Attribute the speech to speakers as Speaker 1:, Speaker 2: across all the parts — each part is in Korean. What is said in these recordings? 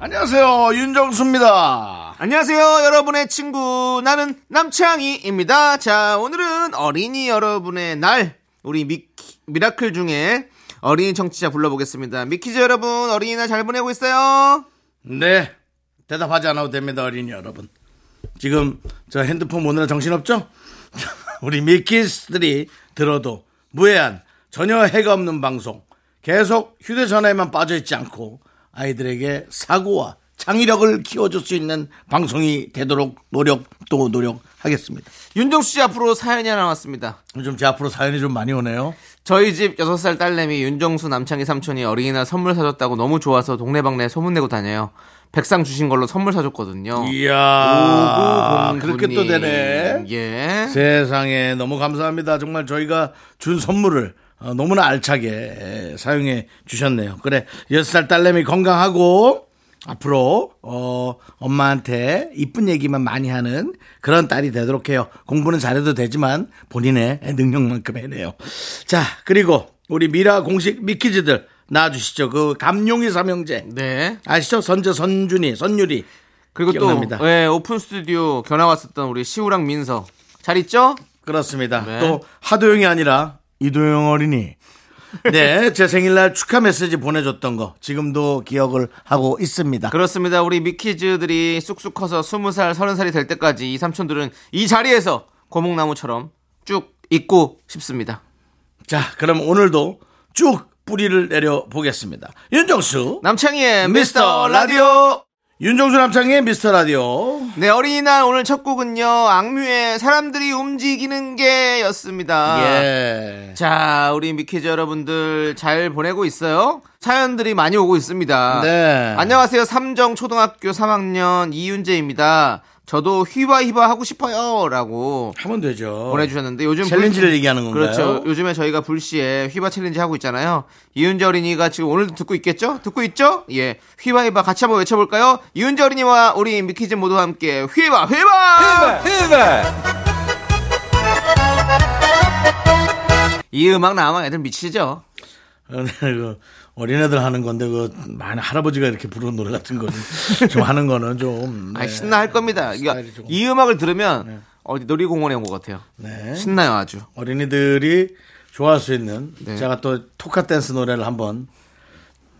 Speaker 1: 안녕하세요 윤정수입니다
Speaker 2: 안녕하세요, 여러분의 친구. 나는 남창희입니다. 자, 오늘은 어린이 여러분의 날. 우리 미키, 미라클 중에 어린이 청취자 불러보겠습니다. 미키즈 여러분, 어린이날 잘 보내고 있어요?
Speaker 1: 네 대답하지 않아도 됩니다 어린이 여러분 지금 저 핸드폰 보느라 정신없죠? 우리 미키스들이 들어도 무해한 전혀 해가 없는 방송 계속 휴대전화에만 빠져있지 않고 아이들에게 사고와 창의력을 키워줄 수 있는 방송이 되도록 노력 또 노력하겠습니다
Speaker 2: 윤정수 씨 앞으로 사연이 하나 왔습니다.
Speaker 1: 요즘 제 앞으로 사연이 좀 많이 오네요
Speaker 2: 저희 집 6살 딸내미 윤정수 남창희 삼촌이 어린이날 선물 사줬다고 너무 좋아서 동네방네 소문내고 다녀요. 백상 주신 걸로 선물 사줬거든요.
Speaker 1: 이야 아,
Speaker 2: 오구공구님.
Speaker 1: 그렇게 또 되네
Speaker 2: 예.
Speaker 1: 세상에 너무 감사합니다. 정말 저희가 준 선물을 어, 너무나 알차게 에, 사용해 주셨네요. 그래 여섯 살 딸내미 건강하고 앞으로 어, 엄마한테 이쁜 얘기만 많이 하는 그런 딸이 되도록 해요. 공부는 잘해도 되지만 본인의 능력만큼 해내요. 자 그리고 우리 미라 공식 미키즈들 나와주시죠. 그 감룡이 삼형제
Speaker 2: 네.
Speaker 1: 아시죠? 선재 선준이 선율이
Speaker 2: 그리고
Speaker 1: 기억납니다.
Speaker 2: 또 예, 오픈 스튜디오 견화 왔었던 우리 시우랑 민서 잘 있죠?
Speaker 1: 그렇습니다.
Speaker 2: 네.
Speaker 1: 또 하도영이 아니라 이도영 어린이. 네, 제 생일날 축하 메시지 보내줬던 거 지금도 기억을 하고 있습니다.
Speaker 2: 그렇습니다. 우리 미키즈들이 쑥쑥 커서 20살, 30살이 될 때까지 이 삼촌들은 이 자리에서 고목나무처럼 쭉 있고 싶습니다.
Speaker 1: 자, 그럼 오늘도 쭉 뿌리를 내려 보겠습니다. 윤정수,
Speaker 2: 남창희의
Speaker 1: 미스터 라디오. 윤정수 남창의 미스터 라디오.
Speaker 2: 네, 어린이날 오늘 첫 곡은요. 악뮤의 사람들이 움직이는
Speaker 1: 아,
Speaker 2: 게였습니다.
Speaker 1: 예.
Speaker 2: 네. 자, 우리 미키즈 여러분들 잘 보내고 있어요? 사연들이 많이 오고 있습니다.
Speaker 1: 네.
Speaker 2: 안녕하세요. 삼정 초등학교 3학년 이윤재입니다. 저도 휘바휘바 하고 싶어요. 라고
Speaker 1: 하면 되죠.
Speaker 2: 보내주셨는데 요즘
Speaker 1: 챌린지를
Speaker 2: 불-
Speaker 1: 얘기하는 건가요?
Speaker 2: 그렇죠. 요즘에 저희가 불시에 휘바 챌린지 하고 있잖아요. 이윤재 어린이가 지금 오늘도 듣고 있겠죠? 듣고 있죠? 예. 휘바휘바 같이 한번 외쳐볼까요? 이윤재 어린이와 우리 미키즈 모두 와 함께 휘바 휘바! 이 음악 나오면 애들 미치죠?
Speaker 1: 그 어린애들 하는 건데 그 많이 할아버지가 이렇게 부르는 노래 같은 거는 좀 하는 거는 좀
Speaker 2: 아
Speaker 1: 네.
Speaker 2: 신나 할 겁니다. 그러니까
Speaker 1: 스타일이 조금-
Speaker 2: 이 음악을 들으면 어디 놀이공원에 온 것 같아요.
Speaker 1: 네.
Speaker 2: 신나요 아주.
Speaker 1: 어린이들이 좋아할 수 있는
Speaker 2: 네.
Speaker 1: 제가 또 토카 댄스 노래를 한번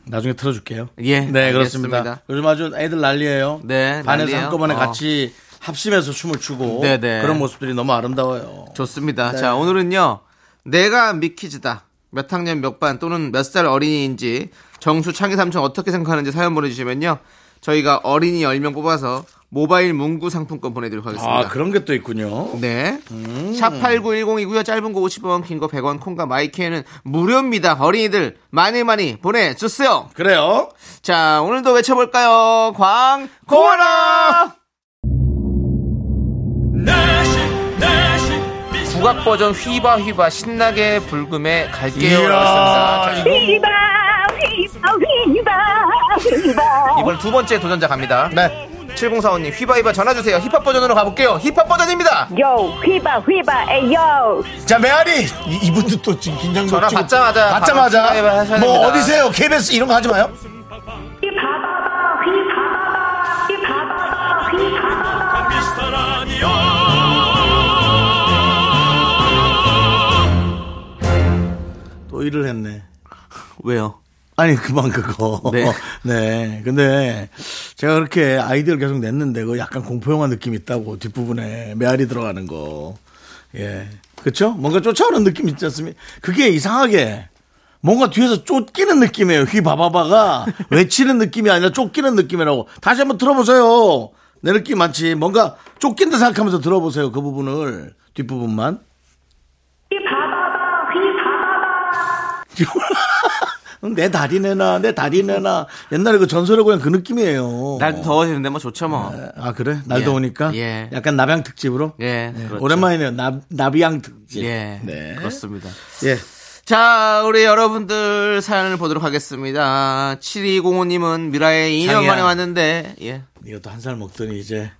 Speaker 1: 나중에 틀어줄게요.
Speaker 2: 예,
Speaker 1: 네 그렇습니다.
Speaker 2: 알겠습니다.
Speaker 1: 요즘 아주 애들 난리예요.
Speaker 2: 네,
Speaker 1: 반에서
Speaker 2: 난리예요.
Speaker 1: 한꺼번에
Speaker 2: 어.
Speaker 1: 같이 합심해서 춤을 추고
Speaker 2: 네, 네.
Speaker 1: 그런 모습들이 너무 아름다워요.
Speaker 2: 좋습니다.
Speaker 1: 네.
Speaker 2: 자, 오늘은요. 내가 미키즈다. 몇 학년 몇 반 또는 몇 살 어린이인지 정수 창희 삼촌 어떻게 생각하는지 사연 보내주시면요. 저희가 어린이 10명 뽑아서 모바일 문구 상품권 보내드리도록 하겠습니다.
Speaker 1: 아 음. 그런 게 또 있군요.
Speaker 2: 네. 샵8910이고요. 짧은 거 50원, 긴 거 100원, 콩과 마이키에는 무료입니다. 어린이들 많이 많이 보내주세요.
Speaker 1: 그래요.
Speaker 2: 자, 오늘도 외쳐볼까요? 광, 고마라! 국악 버전 휘바 휘바 신나게 불금에 갈게요.
Speaker 1: 이야.
Speaker 2: 라고 했습니다.
Speaker 3: 휘바 휘바 휘바 휘바
Speaker 2: 자, 이번 두 번째 도전자 갑니다.
Speaker 1: 네.
Speaker 2: 7045님 휘바 휘바 전화 주세요. 힙합 버전으로 가볼게요. 힙합 버전입니다.
Speaker 3: 요 휘바 휘바 에요
Speaker 1: 자 메아리 이, 분도또 지금 긴장
Speaker 2: 전화
Speaker 1: 치고-
Speaker 2: 받자마자
Speaker 1: 받자마자
Speaker 2: 바로 전화해봐 하셔야
Speaker 1: 뭐
Speaker 2: 됩니다.
Speaker 1: 어디세요? KBS 이런 거 하지 마요.
Speaker 3: 휘바바바 휘바바바 휘바바바 휘바바바
Speaker 4: 미스터 라디오
Speaker 1: 또 일을 했네.
Speaker 2: 왜요?
Speaker 1: 아니 그만 그거. 네.
Speaker 2: 네.
Speaker 1: 근데 제가 그렇게 아이디어를 계속 냈는데 그 약간 공포 영화 느낌 있다고 뒷부분에 메아리 들어가는 거. 예. 그렇죠? 뭔가 쫓아오는 느낌 있지 않습니까? 그게 이상하게 뭔가 뒤에서 쫓기는 느낌이에요. 휘바바바가 외치는 느낌이 아니라 쫓기는 느낌이라고. 다시 한번 들어보세요. 내 느낌 많지. 뭔가 쫓긴다 생각하면서 들어보세요. 그 부분을 뒷부분만.
Speaker 3: 휘바바바 휘바바바
Speaker 1: 그럼 내 다리 내놔, 내 다리 내놔. 옛날에 그 전설의 고향 그 느낌이에요.
Speaker 2: 날도 더워지는데 뭐 좋죠 뭐.
Speaker 1: 아, 그래? 날
Speaker 2: 예.
Speaker 1: 더우니까?
Speaker 2: 예.
Speaker 1: 약간 나병 특집으로?
Speaker 2: 예, 그렇죠.
Speaker 1: 오랜만이네요. 나, 나비양 특집.
Speaker 2: 예.
Speaker 1: 네.
Speaker 2: 그렇습니다.
Speaker 1: 예.
Speaker 2: 자, 우리 여러분들 사연을 보도록 하겠습니다. 7205님은 미라에 2년
Speaker 1: 장이야.
Speaker 2: 만에 왔는데, 예.
Speaker 1: 이것도 한 살 먹더니 이제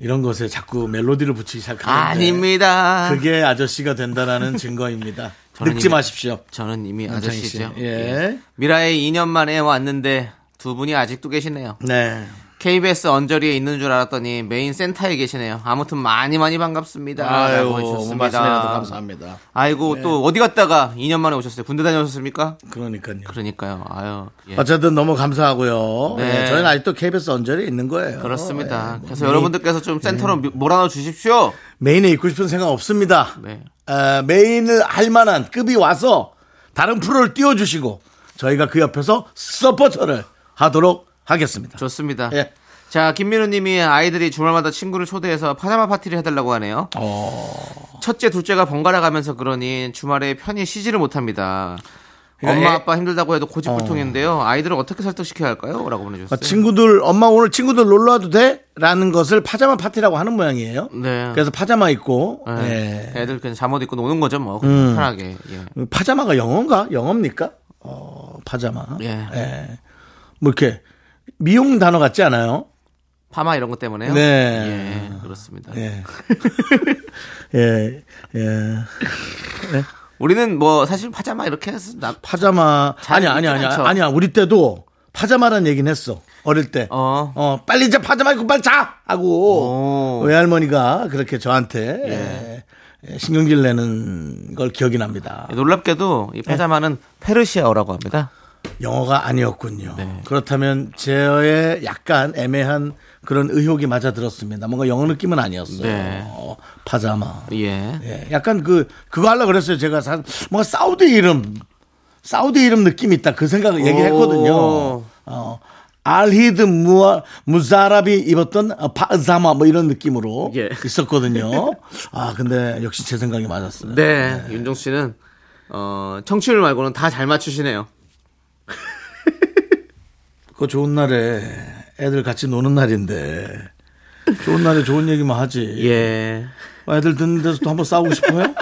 Speaker 1: 이런 것에 자꾸 멜로디를 붙이기 시작하는데
Speaker 2: 아닙니다.
Speaker 1: 그게 아저씨가 된다라는 증거입니다.
Speaker 2: 저는
Speaker 1: 늙지
Speaker 2: 이미-
Speaker 1: 마십시오.
Speaker 2: 저는 이미
Speaker 1: 남창희
Speaker 2: 아저씨죠.
Speaker 1: 씨. 예.
Speaker 2: 미라에 2년 만에 왔는데, 두 분이 아직도 계시네요.
Speaker 1: 네.
Speaker 2: KBS 언저리에 있는 줄 알았더니 메인 센터에 계시네요. 아무튼 많이 많이 반갑습니다.
Speaker 1: 아유,
Speaker 2: 네,
Speaker 1: 뭐
Speaker 2: 라고 해주셨습니다.
Speaker 1: 말씀해도 감사합니다.
Speaker 2: 아이고,
Speaker 1: 네.
Speaker 2: 또 어디 갔다가 2년 만에 오셨어요? 군대 다녀오셨습니까?
Speaker 1: 그러니까요.
Speaker 2: 그러니까요. 아유. 예.
Speaker 1: 어쨌든 너무 감사하고요.
Speaker 2: 네.
Speaker 1: 예, 저희는 아직도 KBS 언저리 있는 거예요.
Speaker 2: 그렇습니다.
Speaker 1: 예, 뭐
Speaker 2: 그래서
Speaker 1: 메인-
Speaker 2: 여러분들께서 좀 센터로 몰아넣어 주십시오.
Speaker 1: 메인에 있고 싶은 생각 없습니다.
Speaker 2: 네.
Speaker 1: 아, 메인을 할 만한 급이 와서 다른 프로를 띄워주시고 저희가 그 옆에서 서포터를 하도록 하겠습니다.
Speaker 2: 좋습니다.
Speaker 1: 예.
Speaker 2: 자, 김민우 님이 아이들이 주말마다 친구를 초대해서 파자마 파티를 해달라고 하네요.
Speaker 1: 어.
Speaker 2: 첫째, 둘째가 번갈아 가면서 그러니 주말에 편히 쉬지를 못합니다.
Speaker 1: 그러니까
Speaker 2: 엄마
Speaker 1: 애-
Speaker 2: 아빠 힘들다고 해도 고집불통인데요. 아이들을 어떻게 설득시켜야 할까요? 라고 보내주셨어요.
Speaker 1: 아, 친구들 엄마 오늘 친구들 놀러 와도 돼? 라는 것을 파자마 파티라고 하는 모양이에요.
Speaker 2: 네.
Speaker 1: 그래서 파자마 입고
Speaker 2: 네.
Speaker 1: 예.
Speaker 2: 애들 그냥 잠옷 입고 노는 거죠, 뭐.
Speaker 1: 음.
Speaker 2: 편하게. 예.
Speaker 1: 파자마가 영어인가? 영어입니까? 어, 파자마.
Speaker 2: 예.
Speaker 1: 예. 뭐 이렇게 미용 단어 같지 않아요?
Speaker 2: 파마 이런 것 때문에요.
Speaker 1: 네.
Speaker 2: 예, 그렇습니다.
Speaker 1: 예. 예. 예.
Speaker 2: 우리는 뭐 사실 파자마 이렇게 해서 나,
Speaker 1: 파자마
Speaker 2: 잘
Speaker 1: 아니 아니 아니
Speaker 2: 입진 않죠.
Speaker 1: 아니야 우리 때도 파자마란 얘기는 했어 어릴 때
Speaker 2: 어.
Speaker 1: 어. 빨리 이제 파자마 입고 빨리 자 하고
Speaker 2: 오.
Speaker 1: 외할머니가 그렇게 저한테 예, 예, 신경질 내는 걸 기억이 납니다
Speaker 2: 놀랍게도
Speaker 1: 네.
Speaker 2: 이 파자마는 페르시아어라고 합니다.
Speaker 1: 영어가 아니었군요
Speaker 2: 네.
Speaker 1: 그렇다면 제의 약간 애매한 그런 의혹이 맞아 들었습니다 뭔가 영어 느낌은 아니었어요
Speaker 2: 네.
Speaker 1: 어, 파자마
Speaker 2: 예.
Speaker 1: 예, 약간 그 그거 하려 고 그랬어요. 제가 사, 뭔가 사우디 이름 사우디 이름 느낌 이 있다 그 생각을 얘기했거든요.
Speaker 2: 오.
Speaker 1: 어, 알히드 무아 무자랍이 입었던 어, 파자마 뭐 이런 느낌으로
Speaker 2: 예.
Speaker 1: 있었거든요. 아 근데 역시 제 생각이 맞았어요.
Speaker 2: 네. 윤종 씨는 어, 청취율 말고는 다 잘 맞추시네요.
Speaker 1: 그거 좋은 날에 애들 같이 노는 날인데 좋은 날에 좋은 얘기만 하지.
Speaker 2: 예.
Speaker 1: 애들 듣는 데서도 한번 싸우고 싶어요?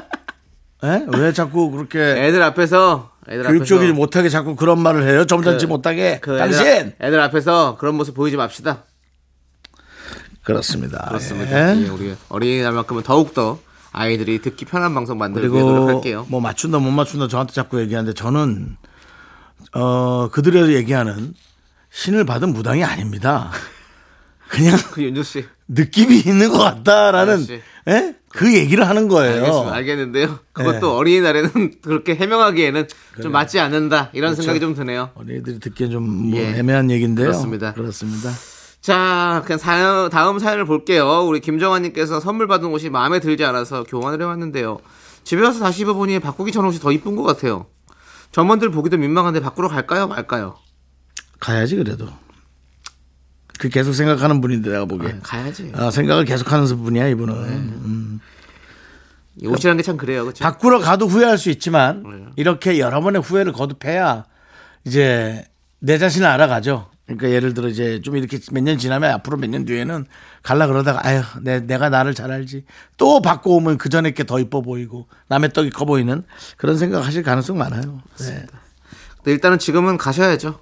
Speaker 1: 예? 왜 자꾸 그렇게
Speaker 2: 예. 애들 앞에서 애들
Speaker 1: 교육
Speaker 2: 앞에서
Speaker 1: 쪽이지 못하게 자꾸 그런 말을 해요? 점잖지 못하게
Speaker 2: 그 애들,
Speaker 1: 당신
Speaker 2: 앞- 애들 앞에서 그런 모습 보이지 맙시다.
Speaker 1: 그렇습니다.
Speaker 2: 그렇습니다.
Speaker 1: 예.
Speaker 2: 예, 우리 어린이날만큼은 더욱 더 아이들이 듣기 편한 방송 만들기 위해
Speaker 1: 그리고
Speaker 2: 노력할게요.
Speaker 1: 뭐 맞춘다 못 맞춘다 저한테 자꾸 얘기하는데 저는 어 그들의 얘기하는 신을 받은 무당이 아닙니다. 그냥
Speaker 2: 그 윤종 씨
Speaker 1: 느낌이 있는 것 같다라는
Speaker 2: 아저씨.
Speaker 1: 예? 그 얘기를 하는 거예요.
Speaker 2: 알겠습니다. 알겠는데요. 그것도
Speaker 1: 네.
Speaker 2: 어린이날에는 그렇게 해명하기에는 좀 맞지 않는다 이런
Speaker 1: 그렇죠.
Speaker 2: 생각이 좀 드네요.
Speaker 1: 어린이들이 듣기엔 좀뭐
Speaker 2: 예.
Speaker 1: 애매한 얘기인데요.
Speaker 2: 그렇습니다.
Speaker 1: 그렇습니다.
Speaker 2: 자, 그냥 사연, 다음 사연을 볼게요. 우리 김정환님께서 선물 받은 옷이 마음에 들지 않아서 교환을 해왔는데요. 집에 와서 다시 입어보니 바꾸기 전 옷이 더 이쁜 것 같아요. 점원들 보기도 민망한데 바꾸러 갈까요, 말까요?
Speaker 1: 가야지 그래도. 그 계속 생각하는 분인데 내가 보기에.
Speaker 2: 네, 가야지. 네.
Speaker 1: 아, 생각을 계속하는 분이야 이분은. 음.
Speaker 2: 이 옷이라는 게 참 그래요, 그렇죠?
Speaker 1: 바꾸러 가도 후회할 수
Speaker 2: 네.
Speaker 1: 있지만 이렇게 여러 번의 후회를 거듭해야 이제 내 자신을 알아가죠. 그러니까 예를 들어 이제 좀 이렇게 몇 년 지나면 앞으로 몇 년 뒤에는 갈라 그러다가 아휴 내, 내가 나를 잘 알지 또 바꿔 오면 그 전에 게 더 이뻐 보이고 남의 떡이 커 보이는 그런 생각하실 가능성 많아요. 네.
Speaker 2: 근데 일단은 지금은 가셔야죠.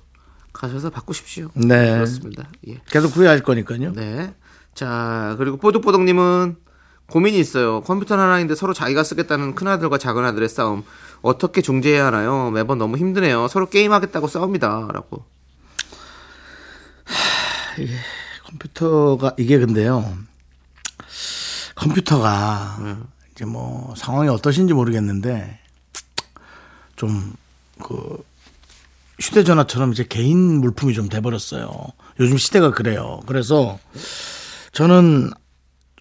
Speaker 2: 가셔서 바꾸십시오.
Speaker 1: 네.
Speaker 2: 그렇습니다. 예.
Speaker 1: 계속 후회할 거니까요.
Speaker 2: 네. 자, 그리고 뽀득뽀득님은 고민이 있어요. 컴퓨터 하나인데 서로 자기가 쓰겠다는 큰아들과 작은아들의 싸움. 어떻게 중재해야 하나요? 매번 너무 힘드네요. 서로 게임하겠다고 싸웁니다. 라고.
Speaker 1: 컴퓨터가 이게 근데요. 컴퓨터가
Speaker 2: 음.
Speaker 1: 이제 뭐 상황이 어떠신지 모르겠는데 좀 그 휴대전화처럼 이제 개인 물품이 좀 돼버렸어요. 요즘 시대가 그래요. 그래서 저는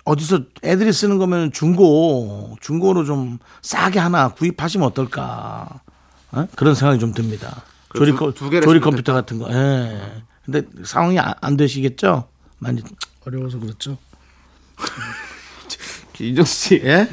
Speaker 1: 어디서 애들이 쓰는 거면 중고 중고로 좀 싸게 하나 구입하시면 어떨까 어? 그런 생각이 좀 듭니다.
Speaker 2: 그
Speaker 1: 조립
Speaker 2: 두-
Speaker 1: 컴-
Speaker 2: 두 개를
Speaker 1: 조립
Speaker 2: 쓰면
Speaker 1: 컴퓨터 같은 거. 예. 근데 상황이 아- 안 되시겠죠? 많이 어려워서 그렇죠.
Speaker 2: 윤정씨.
Speaker 1: 예?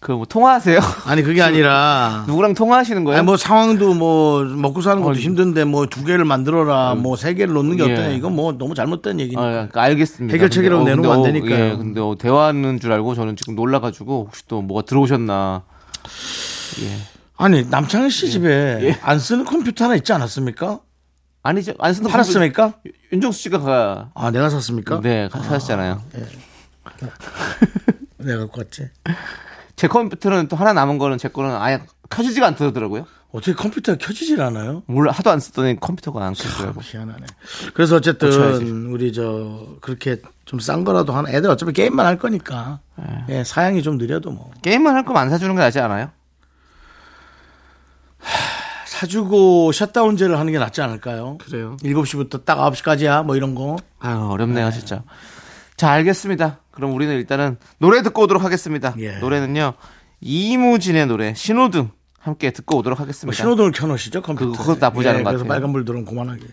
Speaker 2: 그 뭐 통화하세요?
Speaker 1: 아니 그게 아니라
Speaker 2: 누구랑 통화하시는 거예요?
Speaker 1: 아니 뭐 상황도 뭐 먹고 사는 것도
Speaker 2: 어이.
Speaker 1: 힘든데 뭐 두 개를 만들어라 뭐 세 개를 놓는 게
Speaker 2: 아, 예.
Speaker 1: 어떠냐 이건 뭐 너무 잘못된 얘기니까
Speaker 2: 아, 그러니까 알겠습니다.
Speaker 1: 해결책이라고
Speaker 2: 근데,
Speaker 1: 내놓으면 안
Speaker 2: 근데 어,
Speaker 1: 되니까요.
Speaker 2: 예, 근데 어, 대화하는 줄 알고 저는 지금 놀라가지고 혹시 또 뭐가 들어오셨나.
Speaker 1: 아니 남창희
Speaker 2: 예.
Speaker 1: 씨 집에 안 쓰는 컴퓨터 하나 있지 않았습니까?
Speaker 2: 아니죠. 안 쓰는
Speaker 1: 팔았습니까?
Speaker 2: 분- 윤정수 씨가 가.
Speaker 1: 아 내가 샀습니까?
Speaker 2: 네, 가- 사셨잖아요.
Speaker 1: 내가 갖고 왔지.
Speaker 2: 제 컴퓨터는 또 하나 남은 거는 제 거는 아예 켜지지가 않더라고요.
Speaker 1: 어떻게 컴퓨터가 켜지질 않아요?
Speaker 2: 몰라 하도 안 쓰더니 컴퓨터가 안 켜지더라고.
Speaker 1: 희한하네. 그래서 어쨌든
Speaker 2: 고쳐야지.
Speaker 1: 우리 저 그렇게 좀 싼 거라도 하나 애들 어차피 게임만 할 거니까 예, 사양이 좀 느려도 뭐
Speaker 2: 게임만 할 거면 안 사주는 게 낫지 않아요?
Speaker 1: 사주고 셧다운제를 하는 게 낫지 않을까요?
Speaker 2: 그래요.
Speaker 1: 7시부터 딱 9시까지야 뭐 이런 거.
Speaker 2: 아유 어렵네요 진짜. 자 알겠습니다. 그럼 우리는 일단은 노래 듣고 오도록 하겠습니다.
Speaker 1: 예.
Speaker 2: 노래는요 이무진의 노래 신호등 함께 듣고 오도록 하겠습니다.
Speaker 1: 뭐 신호등을 켜놓으시죠 컴퓨터.
Speaker 2: 그러니까 그거- 그것도 나쁘지 않은 것
Speaker 1: 그래서
Speaker 2: 같아요.
Speaker 1: 빨간불 들어오면 그만하게.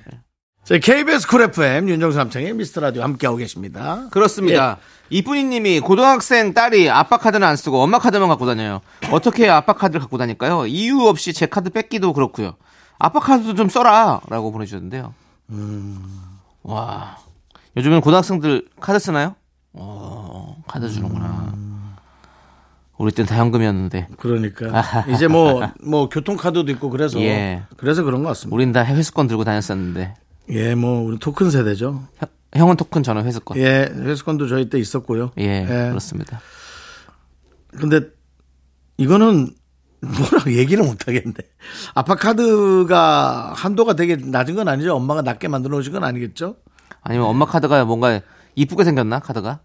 Speaker 1: 자, KBS 쿨 FM 윤정수 남창의 미스터 라디오 함께하고 계십니다.
Speaker 2: 그렇습니다. 이쁜이님이 고등학생 딸이 아빠 카드는 안 쓰고 엄마 카드만 갖고 다녀요. 어떻게 해야 아빠 카드를 갖고 다닐까요? 이유 없이 제 카드 뺏기도 그렇고요. 아빠 카드도 좀 써라라고 보내주셨는데요. 와 요즘에는 고등학생들 카드 쓰나요? 어 카드 주는구나. 우리 땐 다 현금이었는데
Speaker 1: 그러니까 이제 뭐 뭐 교통카드도 있고 그래서
Speaker 2: 예.
Speaker 1: 그래서 그런 것 같습니다.
Speaker 2: 우린 다 회수권 들고 다녔었는데
Speaker 1: 예, 뭐 우리 토큰 세대죠.
Speaker 2: 형- 형은 토큰 저는 회수권. 예,
Speaker 1: 예, 회수권도 저희 때 있었고요. 예.
Speaker 2: 그렇습니다.
Speaker 1: 근데 이거는 뭐라고 얘기를 못 하겠네. 아빠 카드가 한도가 되게 낮은 건 아니죠. 엄마가 낮게 만들어 놓으신 건 아니겠죠?
Speaker 2: 아니면 엄마 카드가 뭔가 이쁘게 생겼나 카드가?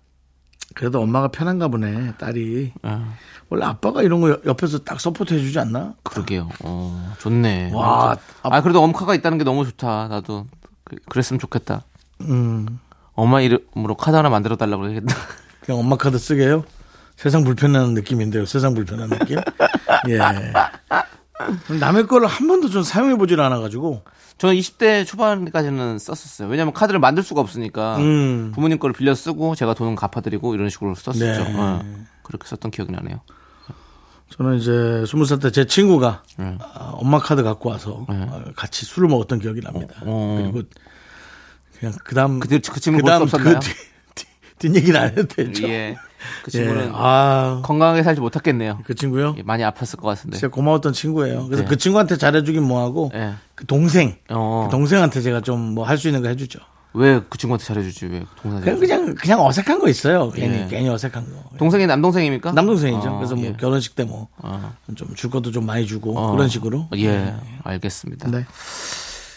Speaker 1: 그래도 엄마가 편한가 보네, 딸이.
Speaker 2: 어.
Speaker 1: 원래 아빠가 이런 거 옆에서 딱 서포트 해주지 않나?
Speaker 2: 그러게요. 어, 좋네.
Speaker 1: 와,
Speaker 2: 아, 그래도 엄카가 있다는 게 너무 좋다. 나도 그- 그랬으면 좋겠다.
Speaker 1: 음.
Speaker 2: 엄마 이름으로 카드 하나 만들어 달라고 그러겠다.
Speaker 1: 그냥 엄마 카드 쓰게요? 세상 불편한 느낌인데요. 세상 불편한 느낌? 예. 남의 거를 한 번도 좀 사용해 보질 않아가지고.
Speaker 2: 저는 20대 초반까지는 썼었어요. 왜냐면 카드를 만들 수가 없으니까
Speaker 1: 음.
Speaker 2: 부모님 거를 빌려 쓰고 제가 돈은 갚아드리고 이런 식으로 썼었죠.
Speaker 1: 네.
Speaker 2: 어, 그렇게 썼던 기억이 나네요.
Speaker 1: 저는 이제 스무 살 때 제 친구가
Speaker 2: 음.
Speaker 1: 아, 엄마 카드 갖고 와서 어, 같이 술을 먹었던 기억이 납니다.
Speaker 2: 예. 어.
Speaker 1: 그리고 그냥 그다음
Speaker 2: 그, 뒤- 그 친구는
Speaker 1: 그다음
Speaker 2: 볼수 없었나요?
Speaker 1: 그 뒤- 뒷- 뒷얘기는 안 해도 되죠.
Speaker 2: 예. 그
Speaker 1: 예.
Speaker 2: 친구는
Speaker 1: 아,
Speaker 2: 건강하게 살지 못했겠네요.
Speaker 1: 그 친구요?
Speaker 2: 예, 많이 아팠을 것 같은데.
Speaker 1: 진짜 고마웠던 친구예요. 그래서
Speaker 2: 네.
Speaker 1: 그 친구한테 잘해주긴 뭐하고
Speaker 2: 예.
Speaker 1: 그 동생,
Speaker 2: 어.
Speaker 1: 그 동생한테 제가 좀 뭐 할 수 있는 거 해주죠.
Speaker 2: 왜 그 친구한테 잘해주지? 왜 동생?
Speaker 1: 그냥 그냥 그냥 어색한 거 있어요. 괜히
Speaker 2: 네. 예.
Speaker 1: 괜히 어색한 거.
Speaker 2: 동생이 남동생입니까?
Speaker 1: 남동생이죠.
Speaker 2: 아,
Speaker 1: 그래서 뭐
Speaker 2: 예.
Speaker 1: 결혼식 때 뭐 좀
Speaker 2: 아.
Speaker 1: 줄 것도 좀 많이 주고
Speaker 2: 어.
Speaker 1: 그런 식으로.
Speaker 2: 예, 알겠습니다.
Speaker 1: 네.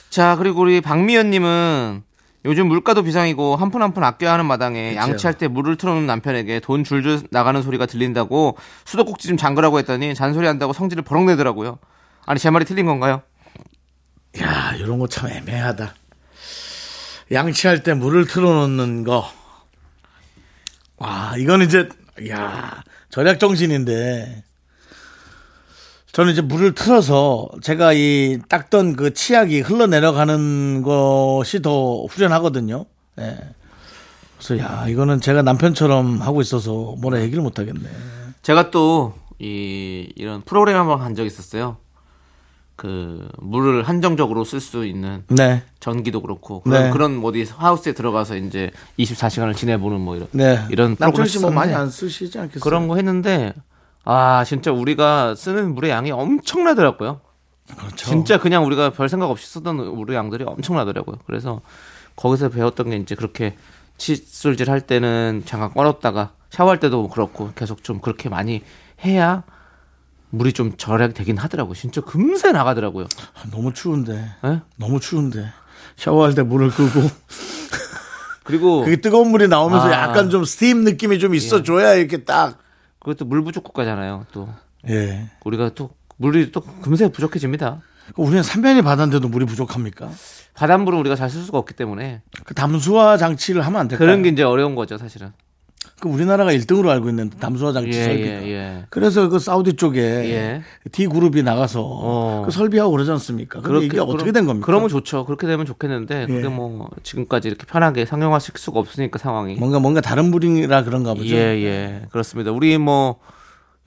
Speaker 2: 자, 그리고 우리 박미연님은 요즘 물가도 비상이고 한 푼 한 푼 아껴야 하는 마당에
Speaker 1: 그렇죠.
Speaker 2: 양치할 때 물을 틀어놓은 남편에게 돈 줄줄 나가는 소리가 들린다고 수도꼭지 좀 잠그라고 했더니 잔소리한다고 성질을 버럭 내더라고요. 아니 제 말이 틀린 건가요?
Speaker 1: 야, 이런 거 참 애매하다. 양치할 때 물을 틀어놓는 거. 와, 이건 이제, 야 절약 정신인데. 저는 이제 물을 틀어서 제가 이 닦던 그 치약이 흘러내려가는 것이 더 후련하거든요. 예. 그래서 야, 이거는 제가 남편처럼 하고 있어서 뭐라 얘기를 못 하겠네.
Speaker 2: 제가 또 이, 이런 프로그램 한번 간 적이 있었어요. 그 물을 한정적으로 쓸 수 있는
Speaker 1: 네.
Speaker 2: 전기도 그렇고 그런
Speaker 1: 네.
Speaker 2: 그런 뭐 어디 하우스에 들어가서 이제 24시간을 지내보는 뭐 이런
Speaker 1: 네.
Speaker 2: 이런
Speaker 1: 남편 씨뭐
Speaker 2: 프로그램
Speaker 1: 많이
Speaker 2: 했었는데
Speaker 1: 안 쓰시지 않겠어요?
Speaker 2: 그런 거 했는데 아 진짜 우리가 쓰는 물의 양이 엄청나더라고요.
Speaker 1: 그렇죠.
Speaker 2: 진짜 그냥 우리가 별 생각 없이 쓰던 물의 양들이 엄청나더라고요. 그래서 거기서 배웠던 게 이제 그렇게 칫솔질 할 때는 잠깐 꺼놨다가 샤워할 때도 그렇고 계속 좀 그렇게 많이 해야 물이 좀 절약이 되긴 하더라고요. 진짜 금세 나가더라고요.
Speaker 1: 아, 너무 추운데.
Speaker 2: 예?
Speaker 1: 너무 추운데 샤워할 때 물을 끄고
Speaker 2: 그리고
Speaker 1: 그게 뜨거운 물이 나오면서
Speaker 2: 아. 예.
Speaker 1: 약간 좀 스팀 느낌이 좀 있어줘야 이렇게 딱
Speaker 2: 그것도 물 부족 국가잖아요. 또
Speaker 1: 예.
Speaker 2: 우리가 또 물이 또 금세 부족해집니다.
Speaker 1: 그 우리는 삼면이 바다인데도 물이 부족합니까?
Speaker 2: 바닷물은 우리가 잘 쓸 수가 없기 때문에
Speaker 1: 그 담수화 장치를 하면 안 될까요?
Speaker 2: 그런 게 이제 어려운 거죠, 사실은.
Speaker 1: 그 우리나라가 1등으로 알고 있는 담수화 장치
Speaker 2: 예,
Speaker 1: 설비가.
Speaker 2: 예, 예.
Speaker 1: 그래서 그 사우디 쪽에
Speaker 2: 예. 어.
Speaker 1: D 그룹이 나가서 그 설비하고 그러지 않습니까? 근데 이게 어떻게 된 겁니까?
Speaker 2: 그러면 좋죠. 그렇게 되면 좋겠는데
Speaker 1: 예.
Speaker 2: 그게 뭐 지금까지 이렇게 편하게 상용화시킬 수가 없으니까 상황이.
Speaker 1: 뭔가 뭔가 다른 물이라 그런가 보죠.
Speaker 2: 예, 예. 그렇습니다. 우리 뭐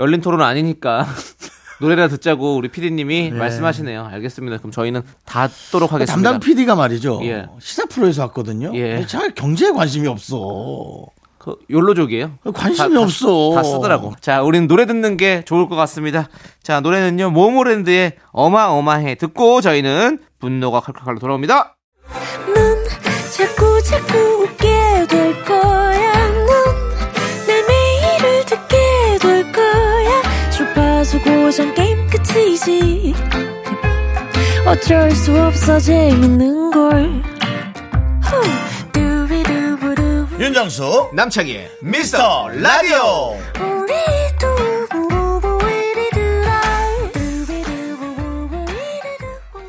Speaker 2: 열린 토론 아니니까 노래나 듣자고 우리 피디님이 말씀하시네요. 알겠습니다. 그럼 저희는 닫도록 하겠습니다.
Speaker 1: 예. 그 담당 PD가 말이죠.
Speaker 2: 예.
Speaker 1: 시사 프로에서 왔거든요.
Speaker 2: 예.
Speaker 1: 잘 경제에 관심이 없어.
Speaker 2: 그 욜로족이에요.
Speaker 1: 관심이
Speaker 2: 다-
Speaker 1: 없어.
Speaker 2: 다 쓰더라고. 자, 우린 노래 듣는 게 좋을 것 같습니다. 자, 노래는요. 모모랜드의 어마어마해 듣고 저희는 분노가 칼칼칼로 돌아옵니다.
Speaker 5: 넌 자꾸 자꾸 웃게 될 거야. 넌내 매일을 듣게 될 거야. 주파수 고정 게임 끝이지. 어쩔 수 없어 재밌는 걸. 후. 두비두부두.
Speaker 6: 윤정수
Speaker 2: 남창희의
Speaker 6: 미스터 라디오
Speaker 5: 우리 두부부부 우리 두라. 두비두부부부 우리 두부부.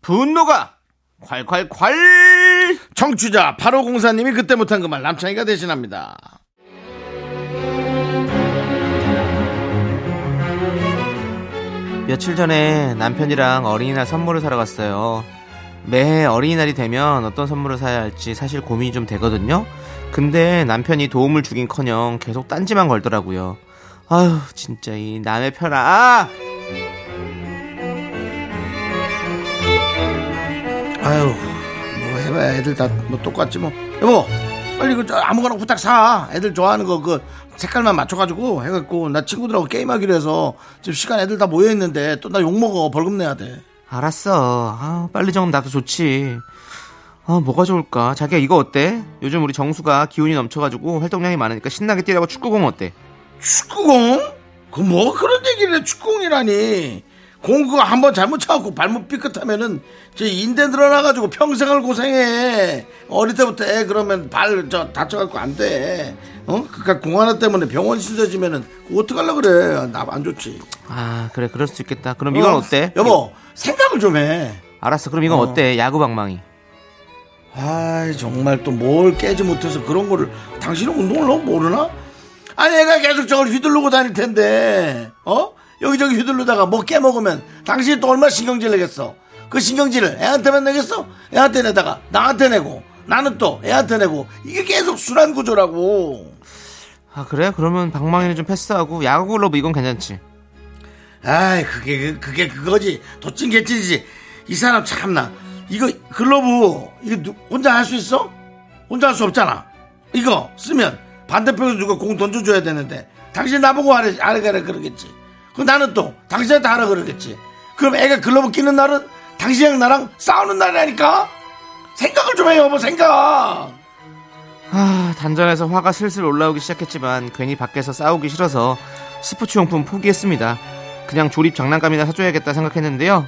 Speaker 2: 분노가 콸콸콸!
Speaker 1: 청취자 8504님이 그때 못한 그 말 남창희가 대신합니다.
Speaker 2: 며칠 전에 남편이랑 어린이날 선물을 사러 갔어요. 매해 어린이날이 되면 어떤 선물을 사야 할지 사실 고민이 좀 되거든요. 근데 남편이 도움을 주긴 커녕 계속 딴지만 걸더라고요. 아휴, 진짜 이 남의 편아!
Speaker 1: 아유, 뭐 해봐야 애들 다 뭐 똑같지 뭐. 여보, 빨리 그 저 아무거나 후딱 사. 애들 좋아하는 거 그 색깔만 맞춰가지고 해갖고 나 친구들하고 게임하기로 해서 지금 시간 애들 다 모여있는데 또 나 욕먹어. 벌금 내야 돼.
Speaker 2: 알았어. 아, 빨리 정하면 나도 좋지. 아, 뭐가 좋을까? 자기야, 이거 어때? 요즘 우리 정수가 기운이 넘쳐가지고 활동량이 많으니까 신나게 뛰라고 축구공 어때?
Speaker 1: 축구공? 그 뭐 그런 얘기를 해 축구공이라니 공 그거 한번 잘못 차갖고 발목 삐끗하면은 저 인대 늘어나가지고 평생을 고생해 어릴 때부터 애 그러면 발 저 다쳐갖고 안돼 어? 그니까 공 하나 때문에 병원 신세지면은 어떡하려 그래 나 안 좋지
Speaker 2: 아, 그래, 그럴 수 있겠다. 그럼 이건
Speaker 1: 어,
Speaker 2: 어때?
Speaker 1: 여보 생각을 좀해
Speaker 2: 알았어. 그럼 이건 어. 때 야구 방망이.
Speaker 1: 아이 정말 또 뭘 깨지 못해서 그런 거를 당신은 운동을 너무 모르나? 아니 애가 계속 저걸 휘두르고 다닐 텐데 어? 여기저기 휘두르다가 뭐 깨먹으면 당신이 또 얼마나 신경질 내겠어 그 신경질을 애한테만 내겠어? 애한테 내다가 나한테 내고 나는 또 애한테 내고 이게 계속 순환 구조라고
Speaker 2: 아 그래? 그러면 방망이는 좀 패스하고 야구 글러브 이건 괜찮지
Speaker 1: 아이 그게 그게 그거지 도찐개찐이지 이 사람 참나 이거 글러브 이거 누- 혼자 할 수 있어? 혼자 할 수 없잖아 이거 쓰면 반대편에서 누가 공 던져줘야 되는데 당신 나보고 하래 하래 그러겠지 그럼 나는 또 당신한테 하라 그러겠지 그럼 애가 글러브 끼는 날은 당신이랑 나랑 싸우는 날이라니까 생각을 좀 해 여보 생각
Speaker 2: 아 단전에서 화가 슬슬 올라오기 시작했지만 괜히 밖에서 싸우기 싫어서 스포츠 용품 포기했습니다 그냥 조립 장난감이나 사줘야겠다 생각했는데요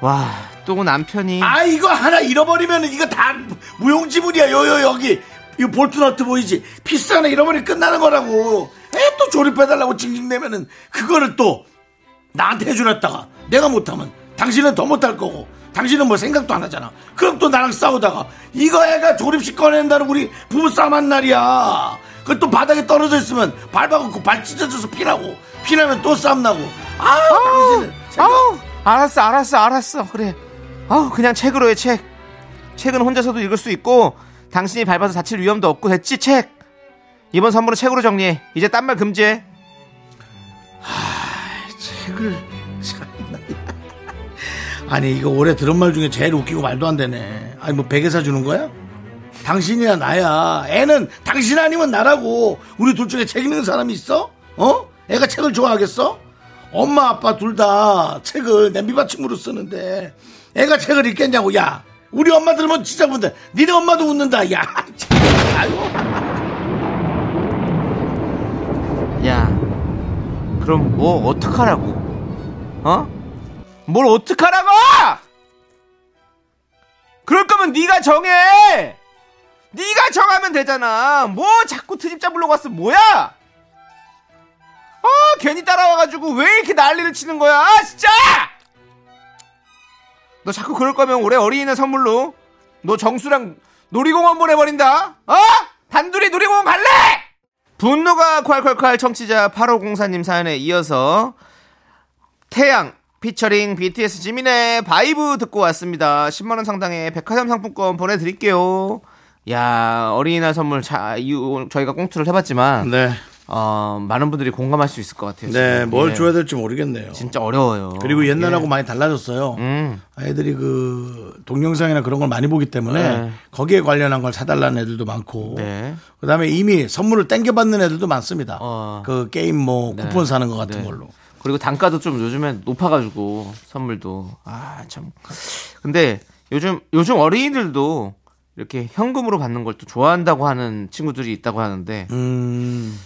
Speaker 2: 와 또 남편이
Speaker 1: 아 이거 하나 잃어버리면 이거 다 무용지물이야 요요 여기 이 볼트너트 보이지 피스 하나 잃어버리면 끝나는 거라고 에 또 조립해달라고 징징대면은 그거를 또 나한테 해주랬다가 내가 못하면 당신은 더 못할 거고 당신은 뭐 생각도 안 하잖아 그럼 또 나랑 싸우다가 이거 애가 조립식 꺼낸다는 우리 부부싸움 한 날이야 그 또 바닥에 떨어져 있으면 밟아갖고 발 찢어져서 피나고 피나면 또 싸움 나고 아유 당신은 생각-
Speaker 2: 아우 알았어 알았어 알았어 그래 아우 그냥 책으로 해 책 책은 혼자서도 읽을 수 있고 당신이 밟아서 다칠 위험도 없고 됐지 책 이번 선물은 책으로 정리해 이제 딴 말 금지해
Speaker 1: 책을 참나. 아니 이거 올해 들은 말 중에 제일 웃기고 말도 안 되네. 아니 뭐 베개 사주는 거야? 당신이야 나야. 애는 당신 아니면 나라고. 우리 둘 중에 책 읽는 사람이 있어? 어? 애가 책을 좋아하겠어? 엄마 아빠 둘 다 책을 냄비 받침으로 쓰는데 애가 책을 읽겠냐고 야. 우리 엄마 들으면 진짜 분데 니네 엄마도 웃는다. 야. 참. 아유.
Speaker 2: 야, 그럼 뭐 어떡하라고? 어? 뭘 어떡하라고? 그럴 거면 네가 정해. 네가 정하면 되잖아. 뭐 자꾸 트집 잡으려고 왔어? 뭐야? 아, 어, 괜히 따라와가지고 왜 이렇게 난리를 치는 거야? 아, 진짜! 너 자꾸 그럴 거면 올해 어린이날 선물로 너 정수랑 놀이공원 보내버린다. 어? 단둘이 놀이공원 갈래? 분노가 콸콸콸 청취자 8504님 사연에 이어서 태양 피처링 BTS 지민의 바이브 듣고 왔습니다. 10만원 상당의 백화점 상품권 보내드릴게요. 야 어린이날 선물 자, 이, 저희가 꽁투를 해봤지만
Speaker 1: 네.
Speaker 2: 어, 많은 분들이 공감할 수 있을 것 같아요.
Speaker 1: 네,
Speaker 2: 지금.
Speaker 1: 뭘
Speaker 2: 예.
Speaker 1: 줘야 될지 모르겠네요.
Speaker 2: 진짜 어려워요.
Speaker 1: 그리고 옛날하고
Speaker 2: 예.
Speaker 1: 많이 달라졌어요.
Speaker 2: 음.
Speaker 1: 아이들이 그 동영상이나 그런 걸 많이 보기 때문에
Speaker 2: 네.
Speaker 1: 거기에 관련한 걸 사달라는 애들도 많고
Speaker 2: 네.
Speaker 1: 그다음에 이미 선물을 땡겨받는 애들도 많습니다.
Speaker 2: 어.
Speaker 1: 그 게임 뭐
Speaker 2: 네.
Speaker 1: 쿠폰 사는 것 같은
Speaker 2: 네.
Speaker 1: 걸로.
Speaker 2: 그리고 단가도 좀 요즘에 높아가지고 선물도 아 참. 근데 요즘 요즘 어린이들도 이렇게 현금으로 받는 걸 또 좋아한다고 하는 친구들이 있다고 하는데
Speaker 1: 음,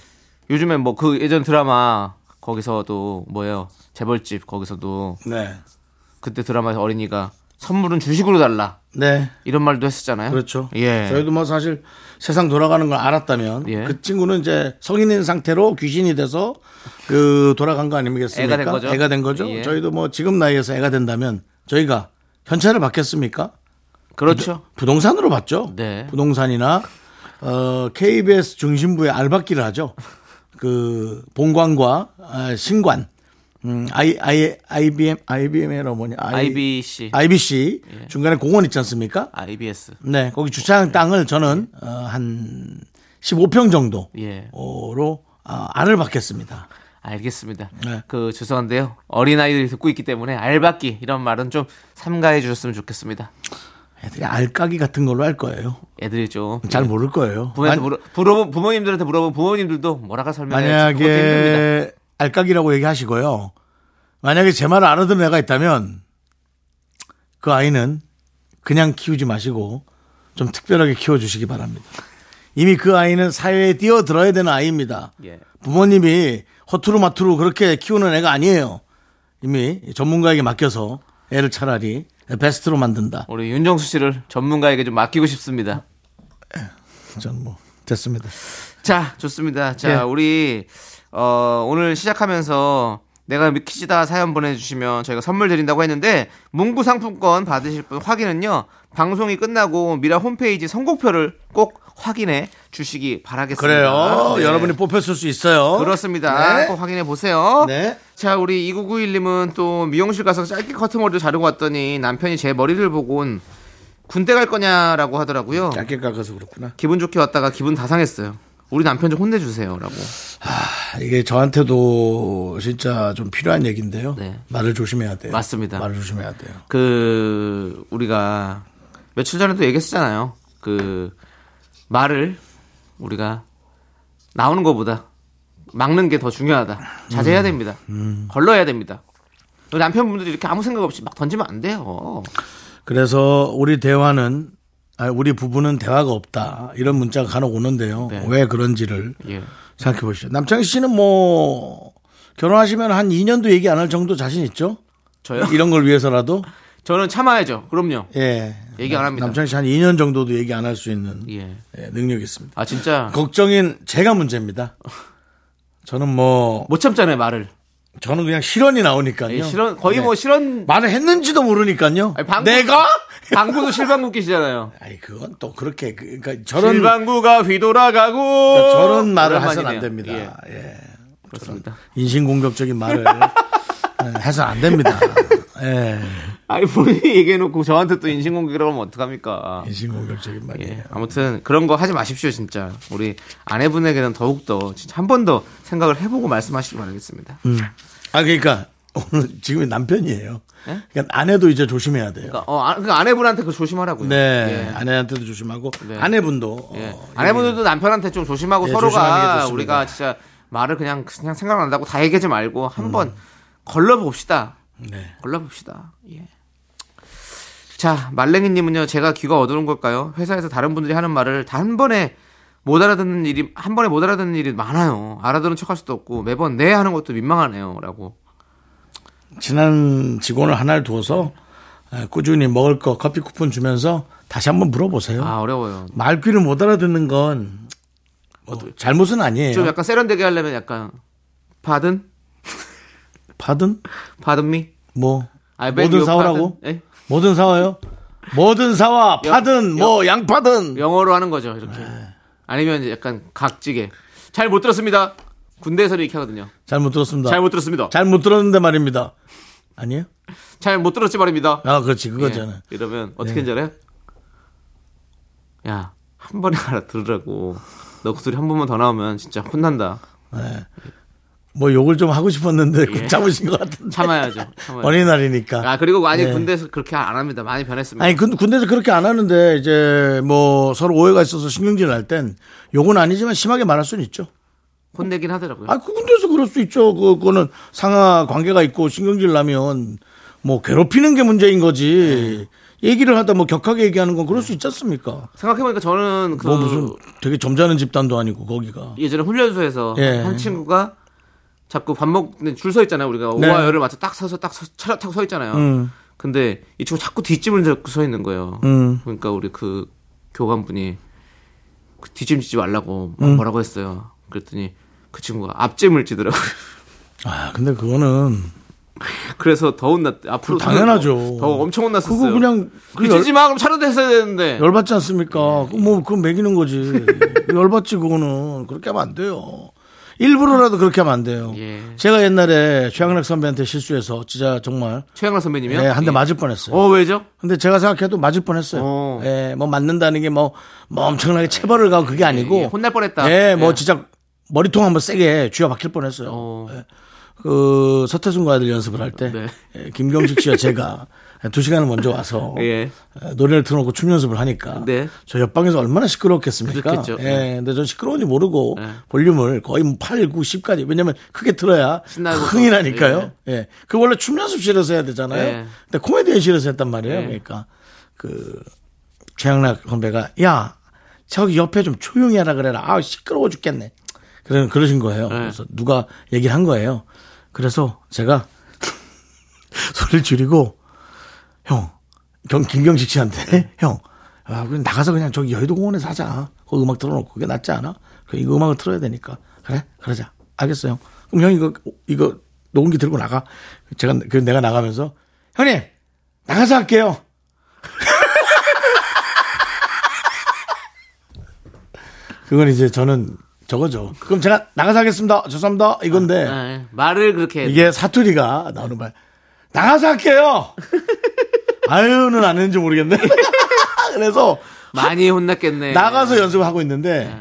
Speaker 2: 요즘에 뭐 그 예전 드라마 거기서도 뭐예요 재벌집 거기서도
Speaker 1: 네,
Speaker 2: 그때 드라마에서 어린이가 선물은 주식으로 달라
Speaker 1: 네,
Speaker 2: 이런 말도 했었잖아요.
Speaker 1: 그렇죠.
Speaker 2: 예.
Speaker 1: 저희도 뭐 사실 세상 돌아가는 걸 알았다면
Speaker 2: 예.
Speaker 1: 그 친구는 이제 성인인 상태로 귀신이 돼서 그 돌아간 거 아니겠습니까?
Speaker 2: 애가 된 거죠.
Speaker 1: 애가 된 거죠.
Speaker 2: 예.
Speaker 1: 저희도 뭐 지금 나이에서 애가 된다면 저희가 현찰을 받겠습니까?
Speaker 2: 그렇죠.
Speaker 1: 부동산으로 봤죠.
Speaker 2: 네.
Speaker 1: 부동산이나 어, KBS 중심부에 알박기를 하죠. 그 봉관과 아, 신관, 음, I, I, IBM, IBM이라고 뭐냐,
Speaker 2: IBC,
Speaker 1: IBC
Speaker 2: 예.
Speaker 1: 중간에 공원 있지 않습니까?
Speaker 2: IBS.
Speaker 1: 네, 거기 주차장 땅을 저는 어, 한 15평 정도로
Speaker 2: 예.
Speaker 1: 아, 알을 받겠습니다.
Speaker 2: 알겠습니다.
Speaker 1: 네.
Speaker 2: 그 죄송한데요. 어린아이들이 듣고 있기 때문에 알박기 이런 말은 좀 삼가해 주셨으면 좋겠습니다.
Speaker 1: 애들이 알까기 같은 걸로 할 거예요.
Speaker 2: 애들이 좀
Speaker 1: 잘 모를 거예요.
Speaker 2: 부모한테
Speaker 1: 만-
Speaker 2: 물어, 부러, 부모님들한테 물어보면 부모님들도 뭐라고 설명해
Speaker 1: 만약에 알까기라고 얘기하시고요. 만약에 제 말을 알아듣는 애가 있다면 그 아이는 그냥 키우지 마시고 좀 특별하게 키워주시기 바랍니다. 이미 그 아이는 사회에 뛰어들어야 되는 아이입니다.
Speaker 2: 예.
Speaker 1: 부모님이 허투루마투루 그렇게 키우는 애가 아니에요. 이미 전문가에게 맡겨서 애를 차라리 베스트로 만든다.
Speaker 2: 우리 윤정수 씨를 전문가에게 좀 맡기고 싶습니다.
Speaker 1: 전 뭐 됐습니다.
Speaker 2: 자, 좋습니다. 자,
Speaker 1: 예.
Speaker 2: 우리 어, 오늘 시작하면서 내가 미키지다 사연 보내주시면 저희가 선물 드린다고 했는데 문구 상품권 받으실 분 확인은요 방송이 끝나고 미라 홈페이지 선곡표를 꼭 확인해 주시기 바라겠습니다.
Speaker 1: 그래요.
Speaker 2: 네.
Speaker 1: 여러분이 뽑혔을 수 있어요.
Speaker 2: 그렇습니다.
Speaker 1: 네.
Speaker 2: 꼭 확인해 보세요.
Speaker 1: 네.
Speaker 2: 자, 우리 2991님은 또 미용실 가서 짧게 커트머리를 자르고 왔더니 남편이 제 머리를 보곤 군대 갈 거냐라고 하더라고요.
Speaker 1: 짧게 깎아서 그렇구나.
Speaker 2: 기분 좋게 왔다가 기분 다 상했어요. 우리 남편 좀 혼내주세요라고.
Speaker 1: 아, 이게 저한테도 진짜 좀 필요한 얘기인데요.
Speaker 2: 네.
Speaker 1: 말을 조심해야 돼요.
Speaker 2: 맞습니다.
Speaker 1: 말을 조심해야 돼요.
Speaker 2: 그 우리가 며칠 전에도 얘기했잖아요. 그 말을 우리가 나오는 것보다 막는 게 더 중요하다. 자제해야
Speaker 1: 음.
Speaker 2: 됩니다. 걸러야 됩니다. 우리 남편분들이 이렇게 아무 생각 없이 막 던지면 안 돼요.
Speaker 1: 그래서 우리 대화는 아, 우리 부부는 대화가 없다 이런 문자가 간혹 오는데요.
Speaker 2: 네.
Speaker 1: 왜 그런지를
Speaker 2: 예.
Speaker 1: 생각해 보시죠. 남창희 씨는 뭐 결혼하시면 한 2년도 얘기 안 할 정도 자신 있죠?
Speaker 2: 저요?
Speaker 1: 이런 걸 위해서라도
Speaker 2: 저는 참아야죠. 그럼요.
Speaker 1: 예
Speaker 2: 얘기 안 합니다.
Speaker 1: 남창희 씨 한 2년 정도도 얘기 안 할 수 있는
Speaker 2: 예.
Speaker 1: 예, 능력이 있습니다.
Speaker 2: 아 진짜
Speaker 1: 걱정인 제가 문제입니다. 저는 뭐
Speaker 2: 못 참잖아요 말을.
Speaker 1: 저는 그냥 실언이 나오니까요.
Speaker 2: 예, 실언 거의
Speaker 1: 네.
Speaker 2: 뭐 실언
Speaker 1: 말을 했는지도 모르니까요.
Speaker 2: 아니, 방구-
Speaker 1: 내가?
Speaker 2: 방구도 실방구끼시잖아요.
Speaker 1: 아니 그건 또 그렇게 그- 그러니까 저런
Speaker 2: 실방구가 휘돌아가고
Speaker 1: 그러니까 저런 말을 해서는 안
Speaker 2: 오랜만이네요.
Speaker 1: 됩니다.
Speaker 2: 예,
Speaker 1: 예.
Speaker 2: 그렇습니다.
Speaker 1: 인신공격적인 말을 예, 해서 안 됩니다. 예.
Speaker 2: 아니 본인이 얘기해놓고 저한테 또 인신공격이라고 하면 어떡합니까?
Speaker 1: 인신공격적인 말이에요.
Speaker 2: 예, 아무튼 그런 거 하지 마십시오 진짜 우리 아내분에게는 더욱더 진짜 한 번 더 생각을 해보고 말씀하시기 바라겠습니다
Speaker 1: 아 그러니까 오늘 지금 남편이에요.
Speaker 2: 예?
Speaker 1: 그러니까 아내도 이제 조심해야 돼요.
Speaker 2: 그러니까, 어, 아, 그 아내분한테 그 조심하라고요
Speaker 1: 네,
Speaker 2: 예.
Speaker 1: 아내한테도 조심하고
Speaker 2: 네.
Speaker 1: 아내분도 어,
Speaker 2: 예. 아내분들도 남편한테 좀 조심하고
Speaker 1: 예, 조심하는 게
Speaker 2: 서로가
Speaker 1: 좋습니다.
Speaker 2: 우리가 진짜 말을 그냥 그냥 생각 안 한다고 다 얘기하지 말고 한번 걸러봅시다.
Speaker 1: 음. 네.
Speaker 2: 걸러봅시다. 예. 자, 말랭이님은요, 제가 귀가 어두운 걸까요? 회사에서 다른 분들이 하는 말을 다 한 번에 못 알아듣는 일이, 한 번에 못 알아듣는 일이 많아요. 알아들은 척 할 수도 없고, 매번 네 하는 것도 민망하네요. 라고.
Speaker 1: 어? 친한 직원을 하나를 두어서 예, 꾸준히 먹을 거 커피 쿠폰 주면서 다시 한번 물어보세요.
Speaker 2: 아, 어려워요.
Speaker 1: 말귀를 못 알아듣는 건뭐 잘못은 아니에요.
Speaker 2: 어. 좀 약간 세련되게 하려면 약간, pardon?
Speaker 1: 받은
Speaker 2: pardon me?
Speaker 1: 뭐
Speaker 2: I beg
Speaker 1: 뭐든
Speaker 2: your
Speaker 1: 사오라고?
Speaker 2: pardon? 예?
Speaker 1: 뭐든 사와요. 뭐든 사와 파든 뭐 양파든
Speaker 2: 음. 영어로 하는 거죠 이렇게
Speaker 1: 네.
Speaker 2: 아니면 이제 약간 각지게 잘 못 들었습니다 군대에서 이렇게 하거든요
Speaker 1: 잘못 들었습니다.
Speaker 2: 잘 못 들었습니다
Speaker 1: 잘 못 들었는데 말입니다. 아니에요?
Speaker 2: 잘 못 들었지 말입니다.
Speaker 1: 아, 그렇지.
Speaker 2: 예,
Speaker 1: 그거잖아.
Speaker 2: 이러면 어떻게 네. 잘해? 야, 한 번에 알아들으라고. 너 그 소리 한 번만 더 나오면 진짜 혼난다.
Speaker 1: 뭐 욕을 좀 하고 싶었는데 그
Speaker 2: 예.
Speaker 1: 잡으신 것 같은데.
Speaker 2: 참아야죠. 참아야죠.
Speaker 1: 어린날이니까.
Speaker 2: 아, 그리고 아니
Speaker 1: 예.
Speaker 2: 군대에서 그렇게 안 합니다. 많이 변했습니다.
Speaker 1: 아니 군, 군대에서 그렇게 안 하는데 이제 뭐 서로 오해가 있어서 신경질 날 땐 욕은 아니지만 심하게 말할 수는 있죠.
Speaker 2: 혼내긴 하더라고요.
Speaker 1: 아, 그 군대에서 그럴 수 있죠. 그, 그거는 상하 관계가 있고 신경질 나면 뭐 괴롭히는 게 문제인 거지. 얘기를 하다 뭐 격하게 얘기하는 건 그럴 수 있지 않습니까?
Speaker 2: 생각해보니까 저는 그
Speaker 1: 뭐 무슨 되게 점잖은 집단도 아니고 거기가.
Speaker 2: 예전에 훈련소에서
Speaker 1: 예.
Speaker 2: 한 친구가 자꾸 밥 먹는 줄 서 있잖아요. 우리가
Speaker 1: 네.
Speaker 2: 5와 열을 맞춰 딱 서서 딱 서, 차렷 타고 서 있잖아요.
Speaker 1: 음.
Speaker 2: 근데 이 친구 자꾸 뒷짐을 잡고 서 있는 거예요.
Speaker 1: 음.
Speaker 2: 그러니까 우리 그 교관분이 그 뒷짐 지지 말라고
Speaker 1: 음.
Speaker 2: 막 뭐라고 했어요. 그랬더니 그 친구가 앞짐을 지더라고요.
Speaker 1: 아, 근데 그거는
Speaker 2: 그래서 더 혼났. 앞으로
Speaker 1: 당연하죠.
Speaker 2: 더 엄청 혼났었어요.
Speaker 1: 그거 그냥 그 열,
Speaker 2: 미치지 마 그럼 차려도 했어야 되는데.
Speaker 1: 열받지 않습니까? 그뭐 그건 매기는 거지. 열받지 그거는 그렇게 하면 안 돼요. 일부러라도 그렇게 하면 안 돼요.
Speaker 2: 예.
Speaker 1: 제가 옛날에 최양락 선배한테 실수해서 진짜 정말
Speaker 2: 최양락 선배님이요?
Speaker 1: 예, 한 대
Speaker 2: 예.
Speaker 1: 맞을 뻔했어요.
Speaker 2: 어 왜죠?
Speaker 1: 근데 제가 생각해도 맞을 뻔했어요.
Speaker 2: 어.
Speaker 1: 예, 뭐 맞는다는 게 뭐 뭐 엄청나게 체벌을 가고 그게 아니고
Speaker 2: 예, 혼날 뻔했다.
Speaker 1: 예, 뭐
Speaker 2: 예.
Speaker 1: 진짜 머리통 한번 세게 쥐어 박힐 뻔했어요.
Speaker 2: 어.
Speaker 1: 예. 그 서태순과 아들 연습을 할 때
Speaker 2: 네.
Speaker 1: 예, 김경식 씨와 제가 두 시간을 먼저 와서
Speaker 2: 예.
Speaker 1: 예, 노래를 틀어놓고 춤 연습을 하니까
Speaker 2: 네.
Speaker 1: 저 옆방에서 얼마나 시끄럽겠습니까?
Speaker 2: 그렇겠죠.
Speaker 1: 예, 근데 전 시끄러운지 모르고
Speaker 2: 네.
Speaker 1: 볼륨을 거의 뭐 8, 9, 10까지 왜냐면 크게 틀어야
Speaker 2: 신나고
Speaker 1: 흥이 나니까요. 예. 그 원래 춤 연습실에서 해야 되잖아요.
Speaker 2: 예.
Speaker 1: 근데 코미디언실에서 했단 말이에요.
Speaker 2: 예.
Speaker 1: 그러니까 그 최양락 선배가 야 저기 옆에 좀 조용히 하라 그래라. 아 시끄러워 죽겠네. 그런 그러신 거예요. 그래서 누가 얘기를 한 거예요. 그래서 제가 소리를 줄이고 형, 경, 김경식 씨한테, 형, 아, 그럼 나가서 그냥 저기 여의도 공원에서 하자. 거기 음악 틀어놓고. 그게 낫지 않아? 그래, 이거 음악을 틀어야 되니까. 그래? 그러자. 알겠어, 형. 그럼 형 이거, 이거 녹음기 들고 나가. 제가, 그 내가 나가면서, 형님! 나가서 할게요! 그건 이제 저는 저거죠. 그럼 제가 나가서 하겠습니다. 죄송합니다. 이건데.
Speaker 2: 예. 말을 그렇게
Speaker 1: 이게 사투리가 나오는 말. 나가서 할게요! 아유는 안 했는지 모르겠네. 그래서
Speaker 2: 많이 혼났겠네.
Speaker 1: 나가서 연습을 하고 있는데,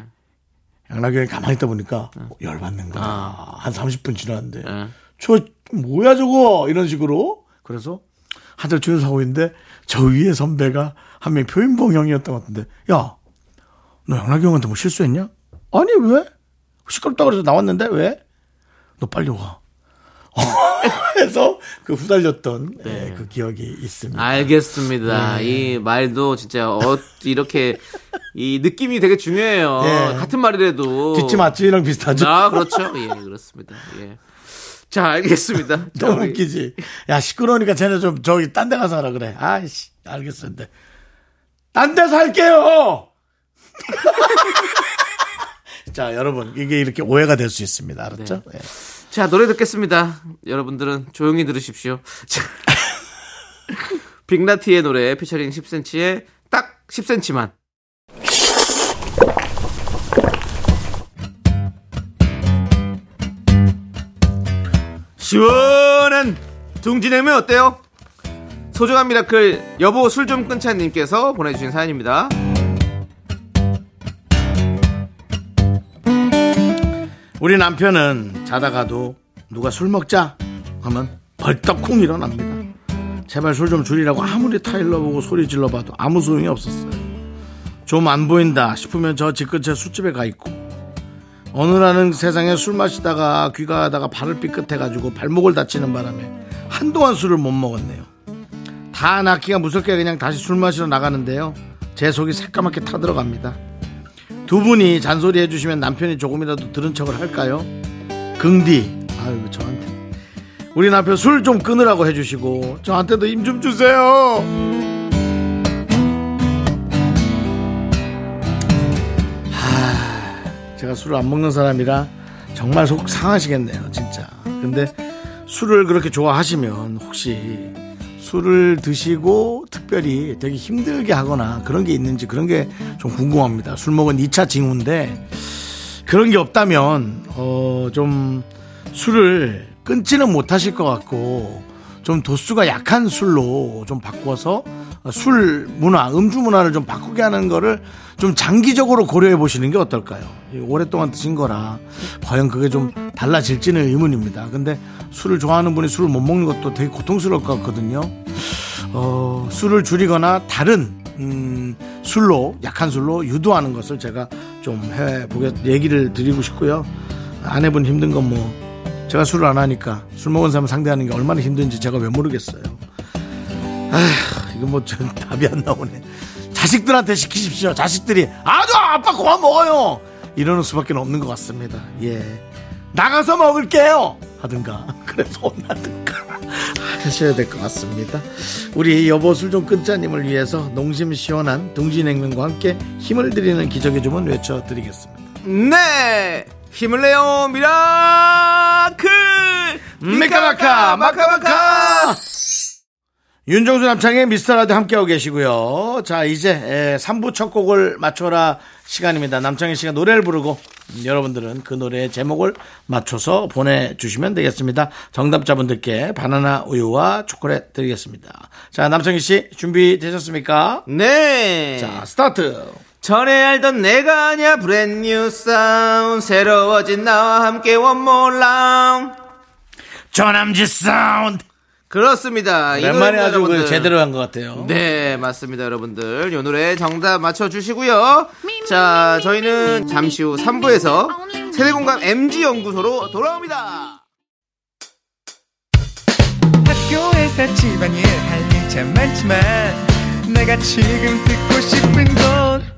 Speaker 2: 예.
Speaker 1: 양락이 형이 가만히 있다 보니까 어, 열받는 거야. 한 30분 지났는데,
Speaker 2: 아. 예.
Speaker 1: 저, 뭐야 저거! 이런 식으로. 그래서 한절 주는 사고인데, 저 위에 선배가 한 명 표인봉 형이었던 것 같은데, 야, 너 양락이 형한테 뭐 실수했냐? 아니, 왜? 시끄럽다 그래서 나왔는데, 왜? 너 빨리 와. 해서 그 후달렸던
Speaker 2: 네.
Speaker 1: 예, 그 기억이 있습니다.
Speaker 2: 알겠습니다.
Speaker 1: 네.
Speaker 2: 이 말도 진짜 어, 이렇게 이 느낌이 되게 중요해요.
Speaker 1: 예.
Speaker 2: 같은 말이라도
Speaker 1: 뒷지 맞지랑 비슷하죠?
Speaker 2: 아 그렇죠. 예 그렇습니다. 예. 자 알겠습니다. 자,
Speaker 1: 너무
Speaker 2: 우리-
Speaker 1: 웃기지. 야, 시끄러우니까 쟤네 좀 저기 딴 데 가서 하라 그래. 아이씨, 알겠어. 근데. 딴 데서 할게요! 자, 여러분, 이게 이렇게 오해가 될 수 있습니다. 알았죠?
Speaker 2: 네.
Speaker 1: 예.
Speaker 2: 자 노래 듣겠습니다. 여러분들은 조용히 들으십시오. 자, 빅나티의 노래 피처링 10cm에 딱 10cm만. 시원한 둥지냉면 어때요? 소중한 미라클 여보 술 좀 끊자님께서 보내주신 사연입니다.
Speaker 1: 우리 남편은 자다가도 누가 술 먹자 하면 벌떡쿵 일어납니다. 제발 술 좀 줄이라고 아무리 타일러 보고 소리 질러봐도 아무 소용이 없었어요. 좀 안 보인다 싶으면 저 집 근처 술집에 가 있고 어느 날은 세상에 술 마시다가 귀가 하다가 발을 삐끗해가지고 발목을 다치는 바람에 한동안 술을 못 먹었네요. 다 낫기가 무섭게 그냥 다시 술 마시러 나가는데요. 제 속이 새까맣게 타들어갑니다. 두 분이 잔소리 해주시면 남편이 조금이라도 들은 척을 할까요? 긍디 아유 그 저한테 우리 남편 술 좀 끊으라고 해주시고 저한테도 임 좀 주세요 하, 제가 술을 안 먹는 사람이라 정말 속 상하시겠네요 진짜 근데 술을 그렇게 좋아하시면 혹시 술을 드시고 특별히 되게 힘들게 하거나 그런 게 있는지 그런 게 좀 궁금합니다. 술 먹은 2차 징후인데 그런 게 없다면 어 좀 술을 끊지는 못하실 것 같고 좀 도수가 약한 술로 좀 바꿔서 술 문화, 음주 문화를 좀 바꾸게 하는 거를 좀 장기적으로 고려해 보시는 게 어떨까요? 이 오랫동안 드신 거라 과연 그게 좀 달라질지는 의문입니다. 근데 술을 좋아하는 분이 술을 못 먹는 것도 되게 고통스러울 것 같거든요. 어, 술을 줄이거나 다른 음, 술로 약한 술로 유도하는 것을 제가 좀 해보겠 얘기를 드리고 싶고요. 안 해본 힘든 건 뭐 제가 술을 안 하니까 술 먹은 사람 상대하는 게 얼마나 힘든지 제가 왜 모르겠어요. 아휴, 이거 뭐저 답이 안 나오네. 자식들한테 시키십시오. 자식들이 아주 아빠 그만 먹어요. 이러는 수밖에 없는 것 같습니다. 예, 나가서 먹을게요. 하든가 그래서 혼나든가. 하셔야 될 것 같습니다. 우리 여보 술 좀 끊자님을 위해서 농심 시원한 둥지냉면과 함께 힘을 드리는 기적의 주문 외쳐드리겠습니다.
Speaker 2: 네! 힘을 내요, 미라클! 미카마카, 마카마카!
Speaker 1: 윤정수 남창의 미스터라디오 함께하고 계시고요. 자 이제 3부 첫 곡을 맞춰라 시간입니다. 남창희 씨가 노래를 부르고 여러분들은 그 노래의 제목을 맞춰서 보내주시면 되겠습니다. 정답자분들께 바나나 우유와 초콜릿 드리겠습니다. 자 남창희 씨 준비되셨습니까?
Speaker 2: 네!
Speaker 1: 자 스타트
Speaker 2: 전에 알던 내가 아냐 브랜뉴 사운 새로워진 나와 함께 원몰 라운
Speaker 1: 전남지 사운드
Speaker 2: 그렇습니다. 이
Speaker 1: 웬만에
Speaker 2: 노래입니다,
Speaker 1: 아주 그
Speaker 2: 여러분들.
Speaker 1: 제대로 한 것 같아요.
Speaker 2: 네, 맞습니다, 여러분들. 요 노래 정답 맞춰주시고요. 자, 저희는 잠시 후 3부에서 세대공감 MG연구소로 돌아옵니다.
Speaker 7: 학교에서 집안일 할 일 참 많지만 내가 지금 듣고 싶은 건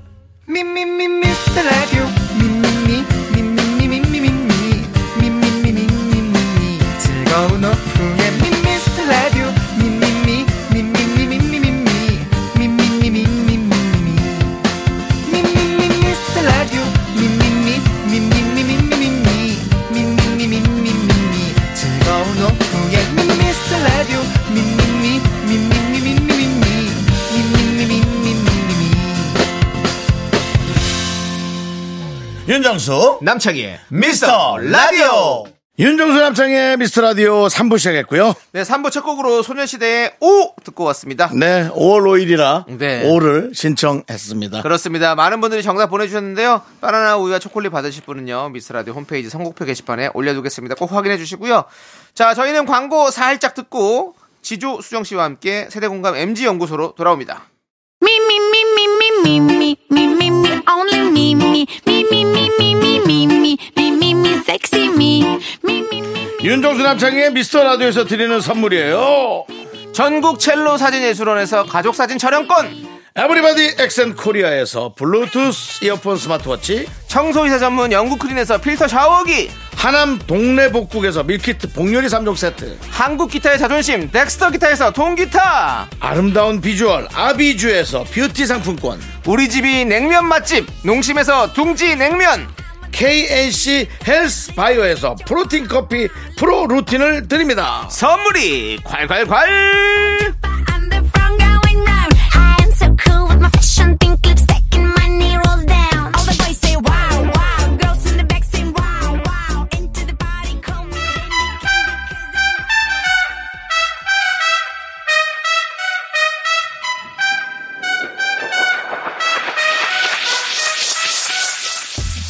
Speaker 7: 미미미 미스터 라디오 미미미 미미미 미미미 미미미 미미미 즐거운 오후에 미미스터 라디오 미미미 미미미 미미미 미미미 미미미 미미미 미스터 라디오 미미미 미미미 미미미 미미미 미미미 즐거운 오후에 미스터 라디오 미미미 미미미 미미미 미미미 미미미
Speaker 6: 윤정수
Speaker 2: 남창희의
Speaker 6: 미스터 라디오
Speaker 1: 윤정수 남창의 미스터 라디오 3부 시작했고요.
Speaker 2: 네, 3부 첫 곡으로 소녀시대의 오! 듣고 왔습니다.
Speaker 1: 네, 5월 5일이라
Speaker 2: 네.
Speaker 1: 5를 신청했습니다.
Speaker 2: 그렇습니다. 많은 분들이 정답 보내주셨는데요. 바나나 우유와 초콜릿 받으실 분은요. 미스라디오 홈페이지 선곡표 게시판에 올려두겠습니다. 꼭 확인해 주시고요. 자, 저희는 광고 살짝 듣고 지조 수정 씨와 함께 세대공감 MG 연구소로 돌아옵니다.
Speaker 5: Me, me, me, me, me, me, me, me, me, me, only me, me, me, me, me, me, me, me, me, me, me, me, sexy me, me, me, me.
Speaker 1: 윤종수 남창의 미스터 라디오에서 드리는 선물이에요.
Speaker 2: 전국 첼로 사진예술원에서 가족 사진 촬영권,
Speaker 1: 에브리바디 엑센 코리아에서 블루투스 이어폰 스마트워치,
Speaker 2: 청소이사 전문 영국 크린에서 필터 샤워기,
Speaker 1: 하남 동네 복국에서 밀키트 복요리 3종 세트,
Speaker 2: 한국 기타의 자존심 덱스터 기타에서 통기타,
Speaker 1: 아름다운 비주얼 아비주에서 뷰티 상품권,
Speaker 2: 우리 집이 냉면 맛집 농심에서 둥지 냉면.
Speaker 1: KNC 헬스 바이오에서 프로틴 커피 프로 루틴을 드립니다.
Speaker 2: 선물이 콸콸콸!
Speaker 5: I'm the front going round. I am so cool with my fashion pink lipstick and my knee rolls down. All the boys say wow, wow. Girls in the back say wow, wow. Into the party, call me.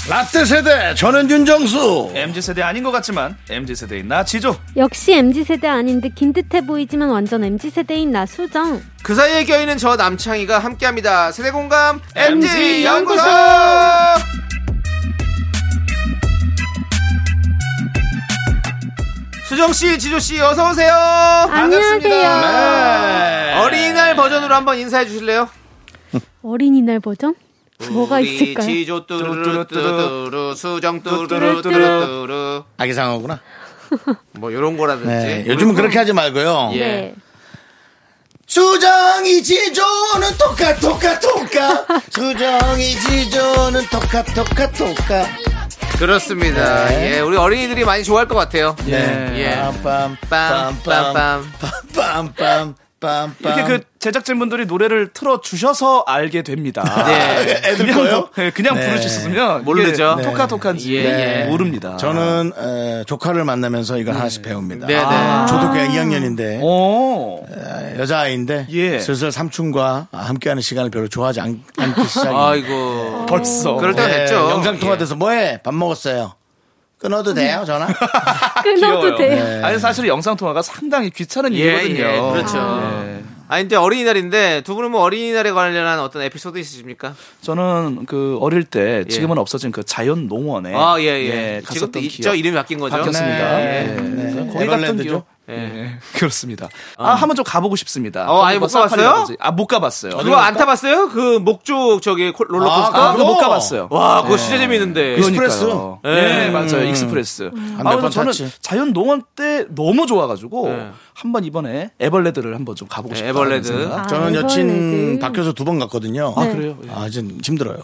Speaker 1: 라떼 세대 저는 윤정수.
Speaker 7: MZ세대 아닌 것 같지만 MZ세대인 나 지조
Speaker 8: 역시 MZ세대 아닌 듯 긴 듯해 보이지만 완전 MZ세대인 나 수정.
Speaker 2: 그 사이에 껴있는 저 남창희가 함께합니다. 세대공감 MG
Speaker 7: MG
Speaker 2: 연구소.
Speaker 7: 연구소!
Speaker 2: 수정 씨, 지조 씨, 어서 오세요.
Speaker 8: 안녕하세요.
Speaker 1: 네. 아,
Speaker 2: 어린이날 버전으로 한번 인사해 주실래요?
Speaker 8: 어린이날 버전? 뭐가 있을까요?
Speaker 2: 지조 뚜루뚜루뚜루 수정 뚜루뚜루뚜루
Speaker 8: 뚜루뚜루.
Speaker 1: 아기상어구나.
Speaker 2: 뭐 이런 거라든지.
Speaker 1: 네, 요즘은 그렇게 하지 말고요.
Speaker 2: 예.
Speaker 8: 네.
Speaker 1: 수정이 지조는 똑같 똑같 똑같 수정이 지조는 똑같 똑같 똑같
Speaker 2: 그렇습니다.
Speaker 1: 네.
Speaker 2: 예, 우리
Speaker 7: 예.
Speaker 2: 어린이들이 많이 좋아할 것 같아요.
Speaker 1: 예
Speaker 2: 예.
Speaker 1: 네. 빰빰
Speaker 2: 빰, 빰,
Speaker 1: 빰빰
Speaker 6: 빰빰.
Speaker 1: 빰빰
Speaker 7: 이렇게 그 제작진분들이 노래를 틀어 주셔서 알게 됩니다.
Speaker 1: 아,
Speaker 2: 네.
Speaker 6: 애들
Speaker 7: 그냥
Speaker 6: 거요?
Speaker 7: 네, 그냥
Speaker 1: 네.
Speaker 7: 부르셨으면 이게
Speaker 2: 모르죠.
Speaker 7: 토카토카인지
Speaker 2: 예, 예.
Speaker 7: 모릅니다.
Speaker 1: 저는 에, 조카를 만나면서 이걸 하나씩 배웁니다. 아.
Speaker 2: 네, 네.
Speaker 1: 저도 그냥 2학년인데
Speaker 7: 오.
Speaker 1: 여자아이인데
Speaker 7: 예.
Speaker 1: 슬슬 삼촌과 함께하는 시간을 별로 좋아하지 않, 기 시작해요.
Speaker 2: 아이고.
Speaker 7: 벌써.
Speaker 2: 그럴 때가
Speaker 1: 예,
Speaker 2: 됐죠.
Speaker 1: 영상 통화돼서 뭐해? 밥 먹었어요. 끊어도 돼요 전화?
Speaker 8: 끊어도
Speaker 7: 귀여워요.
Speaker 8: 돼요.
Speaker 1: 네.
Speaker 7: 아니 사실 영상 통화가 상당히 귀찮은
Speaker 2: 예,
Speaker 7: 일이거든요.
Speaker 2: 예, 그렇죠. 아, 이제 어린이날인데 두 분은 뭐 어린이날에 관련한 어떤 에피소드 있으십니까? 예.
Speaker 7: 저는 그 어릴 때 지금은 없어진 그 자연 농원에
Speaker 2: 아, 예, 예.
Speaker 7: 갔었던
Speaker 2: 지금도
Speaker 7: 기억.
Speaker 2: 있죠. 이름이 바뀐 거죠.
Speaker 7: 바뀌었습니다.
Speaker 2: 네.
Speaker 7: 예.
Speaker 1: 네.
Speaker 7: 거기 갔던
Speaker 1: 에버랜드죠?
Speaker 7: 기억.
Speaker 2: 예.
Speaker 7: 예, 그렇습니다. 아, 한번 좀 가보고 싶습니다.
Speaker 2: 어, 아예 못
Speaker 7: 사파리
Speaker 2: 가봤어요?
Speaker 7: 가든지. 아, 못 가봤어요.
Speaker 2: 그거 안 타봤어요? 그 목쪽 저기 콜- 롤러코스터?
Speaker 7: 아, 그거 못 가봤어요. 네.
Speaker 2: 와, 그거 진짜 재밌는데.
Speaker 1: 익스프레스?
Speaker 7: 그러니까요.
Speaker 2: 예.
Speaker 7: 네, 맞아요. 익스프레스.
Speaker 8: 음.
Speaker 1: 한몇
Speaker 7: 아,
Speaker 1: 번
Speaker 7: 그래서 저는
Speaker 1: 탔지.
Speaker 7: 자연 농원 때 너무 좋아가지고
Speaker 2: 네.
Speaker 7: 한번 이번에 에벌레드를 한번 좀 가보고
Speaker 2: 네,
Speaker 7: 싶다.
Speaker 2: 에벌레드.
Speaker 7: 생각.
Speaker 1: 저는 여친
Speaker 8: 아, 이번에는.
Speaker 1: 바뀌어서 두 번 갔거든요.
Speaker 7: 아, 그래요? 예.
Speaker 1: 아, 좀 힘들어요.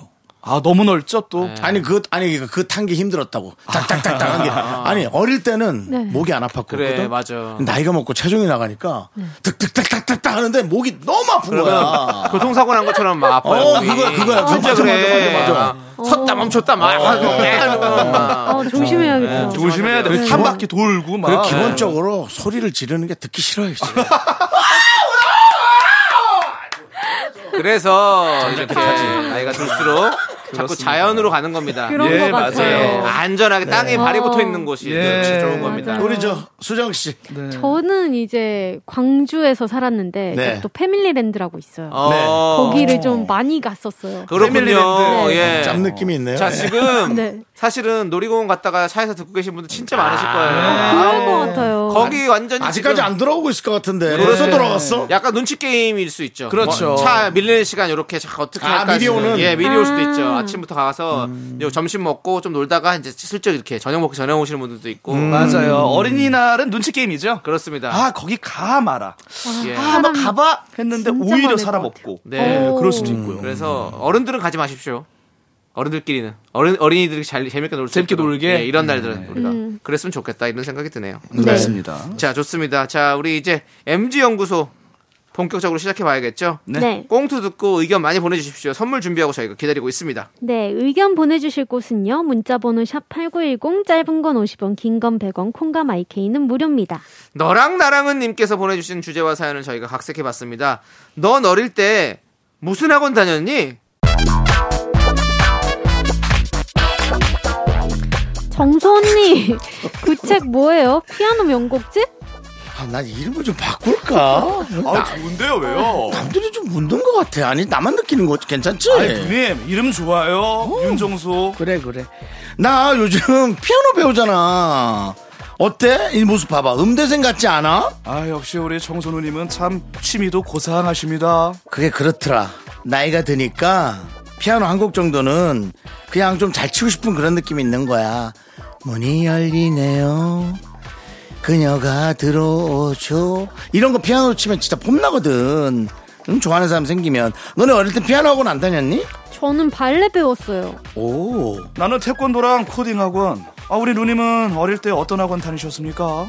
Speaker 7: 아, 너무 넓죠 또.
Speaker 2: 네.
Speaker 1: 아니 그 아니 그 탄 게 힘들었다고 딱딱딱딱 한게 아니 어릴 때는
Speaker 8: 네.
Speaker 1: 목이 안 아팠거든
Speaker 2: 그래, 맞아.
Speaker 1: 나이가 먹고 체중이 나가니까 득득딱딱딱 하는데 목이 너무 아픈 거야
Speaker 2: 교통사고 난 것처럼 막 아파요.
Speaker 1: 어,
Speaker 2: 목이.
Speaker 1: 그거야, 그거야.
Speaker 2: 진짜
Speaker 1: 맞아,
Speaker 2: 그래.
Speaker 1: 맞아, 맞아,
Speaker 2: 막 섰다 멈췄다 막. 하고 막.
Speaker 8: 어, 조심해야겠다.
Speaker 7: 어.
Speaker 2: 네.
Speaker 7: 조심해야 돼. 한 바퀴 돌고 막.
Speaker 1: 그리고 기본적으로 소리를 지르는 게 듣기 싫어요 진짜.
Speaker 2: 그래서
Speaker 1: 아.
Speaker 2: 이렇게 나이가 들수록 자꾸 자연으로 가는 겁니다.
Speaker 8: 그런
Speaker 7: 예,
Speaker 8: 것 같아요. 네.
Speaker 2: 예,
Speaker 1: 네.
Speaker 2: 안전하게 땅에 발이 붙어 있는
Speaker 1: 아.
Speaker 2: 곳이
Speaker 7: 예.
Speaker 2: 예. 좋은 겁니다.
Speaker 8: 맞아요.
Speaker 1: 우리 저 수정 씨
Speaker 8: 저는 이제 광주에서 살았는데
Speaker 1: 네.
Speaker 8: 저기 또 패밀리랜드라고 있어요.
Speaker 2: 어,
Speaker 8: 거기를 좀 많이 갔었어요.
Speaker 2: 그렇군요.
Speaker 8: 패밀리랜드.
Speaker 2: 예.
Speaker 1: 짬 느낌이 있네요
Speaker 2: 자 지금
Speaker 8: 네.
Speaker 2: 사실은 놀이공원 갔다가 차에서 듣고 계신 분들 진짜 많으실 거예요.
Speaker 8: 아, 그럴 것 같아요.
Speaker 2: 거기 완전히
Speaker 1: 아. 아직까지
Speaker 2: 지금 네.
Speaker 1: 안 돌아오고 있을 것 같은데 그래서 돌아왔어
Speaker 2: 약간 눈치 게임일 수 있죠.
Speaker 7: 그렇죠.
Speaker 2: 뭐, 차 밀리는 시간 이렇게 자, 어떻게
Speaker 1: 아,
Speaker 2: 할까
Speaker 1: 미리
Speaker 2: 지금.
Speaker 1: 오는? 음.
Speaker 2: 예 미리 올 수도
Speaker 8: 아.
Speaker 2: 있죠. 아침부터 가서 요 점심 먹고 좀 놀다가 이제 슬쩍 이렇게 저녁 먹기 전에 오시는 분들도 있고
Speaker 7: 음.
Speaker 1: 음.
Speaker 7: 맞아요. 어린이날은 눈치 게임이죠.
Speaker 2: 그렇습니다.
Speaker 7: 아, 거기 가 마라.
Speaker 2: 예.
Speaker 7: 아, 한번 가봐 했는데
Speaker 8: 진짜
Speaker 7: 오히려
Speaker 8: 많을
Speaker 7: 살아먹고.
Speaker 2: 네.
Speaker 8: 오.
Speaker 7: 그럴 수도 있고요.
Speaker 2: 그래서 어른들은 가지 마십시오. 어른들끼리는 어른 어린이들이 잘 재밌게 놀 수
Speaker 7: 재밌게
Speaker 2: 있도록.
Speaker 7: 놀게? 네.
Speaker 2: 예, 이런 날들은 우리가
Speaker 8: 음.
Speaker 2: 그랬으면 좋겠다 이런 생각이 드네요.
Speaker 7: 맞습니다.
Speaker 2: 자 좋습니다. 자 우리 이제 MG 연구소 본격적으로 시작해 봐야겠죠.
Speaker 8: 네.
Speaker 2: 꽁투 듣고 의견 많이 보내주십시오. 선물 준비하고 저희가 기다리고 있습니다.
Speaker 8: 네, 의견 보내주실 곳은요. 문자번호 샵 8910, 짧은 건 50원, 긴 건 100원, 콩과 마이케이는 무료입니다.
Speaker 2: 너랑 나랑은 님께서 보내주신 주제와 사연을 저희가 각색해 봤습니다. 넌 어릴 때 무슨 학원 다녔니?
Speaker 8: 정서 언니, 그 책 뭐예요? 피아노 명곡집?
Speaker 1: 아, 난 이름을 좀 바꿀까
Speaker 7: 아, 좋은데요, 왜요?
Speaker 1: 남들이 좀 묻는 것 같아 아니 나만 느끼는 거 괜찮지
Speaker 7: 아이, 누님, 이름 좋아요. 윤정수.
Speaker 1: 그래 그래 나 요즘 피아노 배우잖아 어때 이 모습 봐봐 음대생 같지 않아?
Speaker 7: 아, 역시 우리 정수 누님은 참 취미도 고상하십니다.
Speaker 1: 그게 그렇더라. 나이가 드니까 피아노 한 곡 정도는 그냥 좀 잘 치고 싶은 그런 느낌이 있는 거야. 문이 열리네요. 그녀가 들어오죠. 이런 거 피아노 치면 진짜 폼나거든. 음, 좋아하는 사람 생기면. 너네 어릴 때 피아노 학원 안 다녔니?
Speaker 8: 저는 발레 배웠어요.
Speaker 1: 오.
Speaker 7: 나는 태권도랑 코딩 학원. 아, 우리 누님은 어릴 때 어떤 학원 다니셨습니까?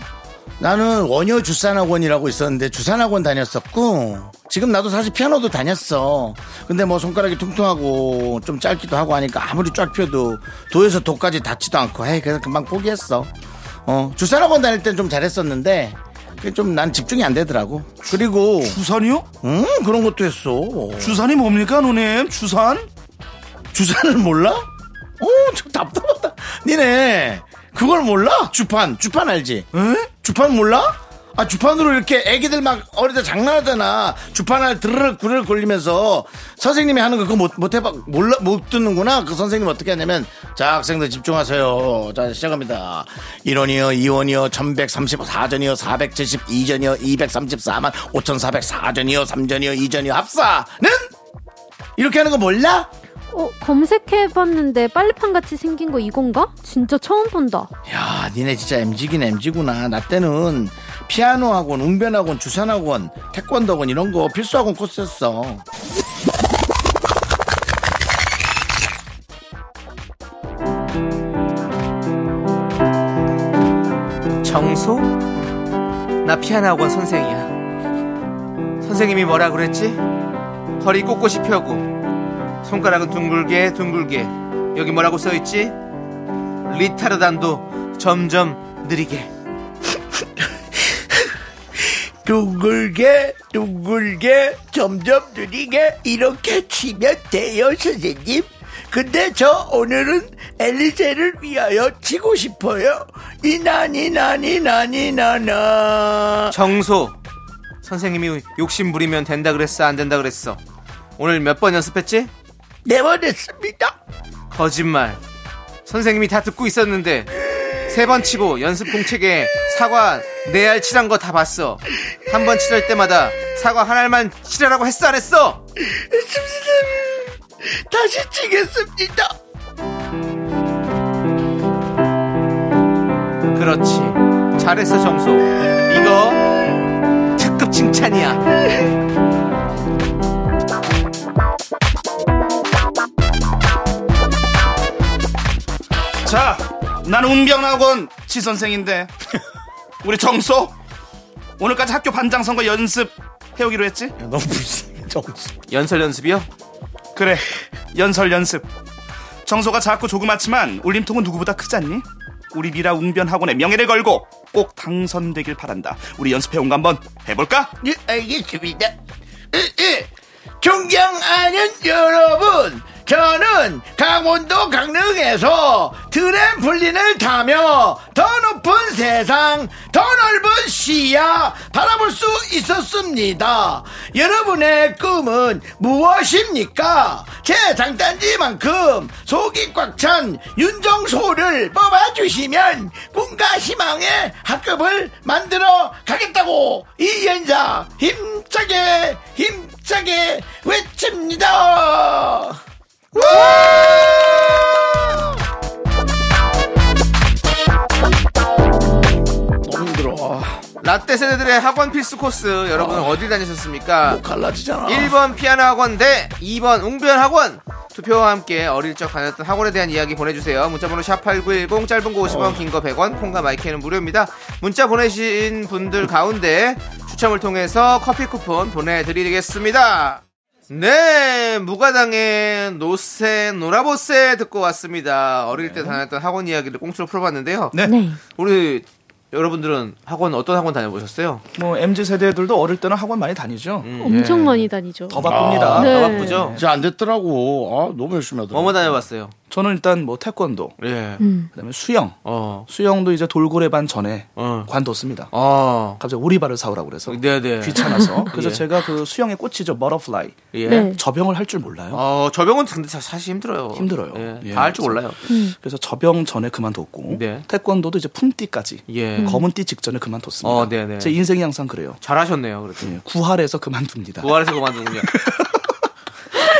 Speaker 1: 나는 원효 주산학원이라고 있었는데 주산학원 다녔었고 지금 나도 사실 피아노도 다녔어. 근데 뭐 손가락이 퉁퉁하고 좀 짧기도 하고 하니까 아무리 쫙 펴도 도에서 도까지 닿지도 않고 에이 그래서 금방 포기했어. 어 주산학원 다닐 땐 좀 잘했었는데 좀 난 집중이 안 되더라고. 그리고
Speaker 7: 주산이요?
Speaker 1: 음 그런 것도 했어.
Speaker 7: 주산이 뭡니까, 누님? 주산?
Speaker 1: 주산을 몰라? 어좀 답답하다. 니네 그걸 몰라? 주판 주판 알지?
Speaker 7: 에?
Speaker 1: 주판 몰라? 아 주판으로 이렇게 애기들 막 어릴 때 장난하잖아. 주판을 드르륵 구르륵 걸리면서 선생님이 하는 거 그거 못, 못 해봐 몰라 못 듣는구나. 그 선생님 어떻게 하냐면 자 학생들 집중하세요. 자 시작합니다. 1원이요, 2원이요, 1134전이요, 472전이요, 234만 5404전이요, 3전이요, 2전이요 합사는 이렇게 하는 거 몰라?
Speaker 8: 어, 검색해봤는데 빨래판 같이 생긴 거 이건가? 진짜 처음 본다.
Speaker 1: 야, 니네 진짜 MG긴 MG구나. 나 때는 피아노 학원, 웅변 학원, 주산 학원, 태권도 학원 이런 거 필수 학원 코스였어.
Speaker 2: 정소? 나 피아노 학원 선생이야. 선생님이 뭐라 그랬지? 허리 꼿꼿이 펴고 손가락은 둥글게 둥글게 여기 뭐라고 써있지? 리타르단도 점점 느리게
Speaker 9: 둥글게 둥글게 점점 느리게 이렇게 치면 돼요 선생님 근데 저 오늘은 엘리제를 위하여 치고 싶어요 이나니나니나니나나
Speaker 2: 정소 선생님이 욕심 부리면 된다 그랬어 안 된다 그랬어 오늘 몇 번 연습했지?
Speaker 9: 내보냈습니다
Speaker 2: 거짓말 선생님이 다 듣고 있었는데 세 번 치고 연습 공책에 사과 네 알 칠한 거 다 봤어 한 번 칠할 때마다 사과 한 알만 칠하라고 했어 안 했어?
Speaker 9: 다시 치겠습니다
Speaker 2: 그렇지 잘했어 정소 이거 특급 칭찬이야
Speaker 7: 자, 난 운병학원 지 선생인데 우리 정소 오늘까지 학교 반장 선거 연습 해오기로 했지?
Speaker 1: 너무 불쌍해 정수
Speaker 2: 연설 연습이요?
Speaker 7: 그래, 연설 연습. 정소가 작고 조그맣지만 울림통은 누구보다 크지 않니? 우리 미라 운변학원에 명예를 걸고 꼭 당선되길 바란다. 우리 연습해온 거 한번 해볼까?
Speaker 9: 네, 알겠습니다. 에, 에. 존경하는 여러분, 저는 강원도 강릉에서 트램폴린을 타며 더 높은 세상, 더 넓은 시야 바라볼 수 있었습니다. 여러분의 꿈은 무엇입니까? 제 장단지만큼 속이 꽉 찬 윤정소를 뽑아주시면 꿈과 희망의 학급을 만들어 가겠다고 이연자 힘차게 힘차게 외칩니다.
Speaker 1: 너무 힘들어 아.
Speaker 2: 라떼 세대들의 학원 필수 코스 여러분 은 어디 다니셨습니까?
Speaker 1: 갈라지잖아
Speaker 2: 1번 피아노 학원 대 2번 웅변 학원 투표와 함께 어릴 적 다녔던 학원에 대한 이야기 보내주세요 문자번호 샵8910 짧은 거 50원
Speaker 1: 어.
Speaker 2: 긴 거 100원 콩과 마이크는 무료입니다 문자 보내신 분들 가운데 추첨을 통해서 커피 쿠폰 보내드리겠습니다 네 무가당의 노세 노라보세 듣고 왔습니다 어릴 때 다녔던 학원 이야기를 꽁초로 풀어봤는데요
Speaker 8: 네.
Speaker 2: 우리 여러분들은 학원 어떤 학원 다녀보셨어요?
Speaker 7: 뭐 MZ 세대들도 어릴 때는 학원 많이 다니죠.
Speaker 2: 예.
Speaker 8: 엄청 많이 다니죠.
Speaker 7: 더 바쁩니다.
Speaker 8: 네.
Speaker 2: 바쁘죠?
Speaker 1: 이제 안 됐더라고 아 너무 열심히 하더라고
Speaker 2: 뭐뭐 다녀봤어요?
Speaker 7: 저는 일단 뭐 태권도,
Speaker 2: 예.
Speaker 7: 그다음에 수영.
Speaker 2: 어.
Speaker 7: 수영도 이제 돌고래반 전에
Speaker 2: 어.
Speaker 7: 관뒀습니다.
Speaker 2: 어.
Speaker 7: 갑자기 오리발을 사오라고 그래서
Speaker 2: 네네.
Speaker 7: 귀찮아서. 그래서
Speaker 2: 예.
Speaker 7: 제가 그 수영의 꽃이죠, 버터플라이.
Speaker 2: 예.
Speaker 8: 네.
Speaker 7: 저병을 할 줄 몰라요.
Speaker 2: 어, 저병은 근데 사- 사실 힘들어요.
Speaker 7: 힘들어요.
Speaker 2: 예.
Speaker 7: 예.
Speaker 2: 다 할 줄 몰라요.
Speaker 7: 그래서 저병 전에 그만뒀고
Speaker 2: 네.
Speaker 7: 태권도도 이제 품띠까지
Speaker 2: 예.
Speaker 7: 검은띠 직전에 그만뒀습니다.
Speaker 2: 어, 네네.
Speaker 7: 제 인생이 항상 그래요.
Speaker 2: 잘하셨네요. 그래도.
Speaker 7: 예, 구할에서 그만둡니다.
Speaker 2: 부활해서 그만두군요.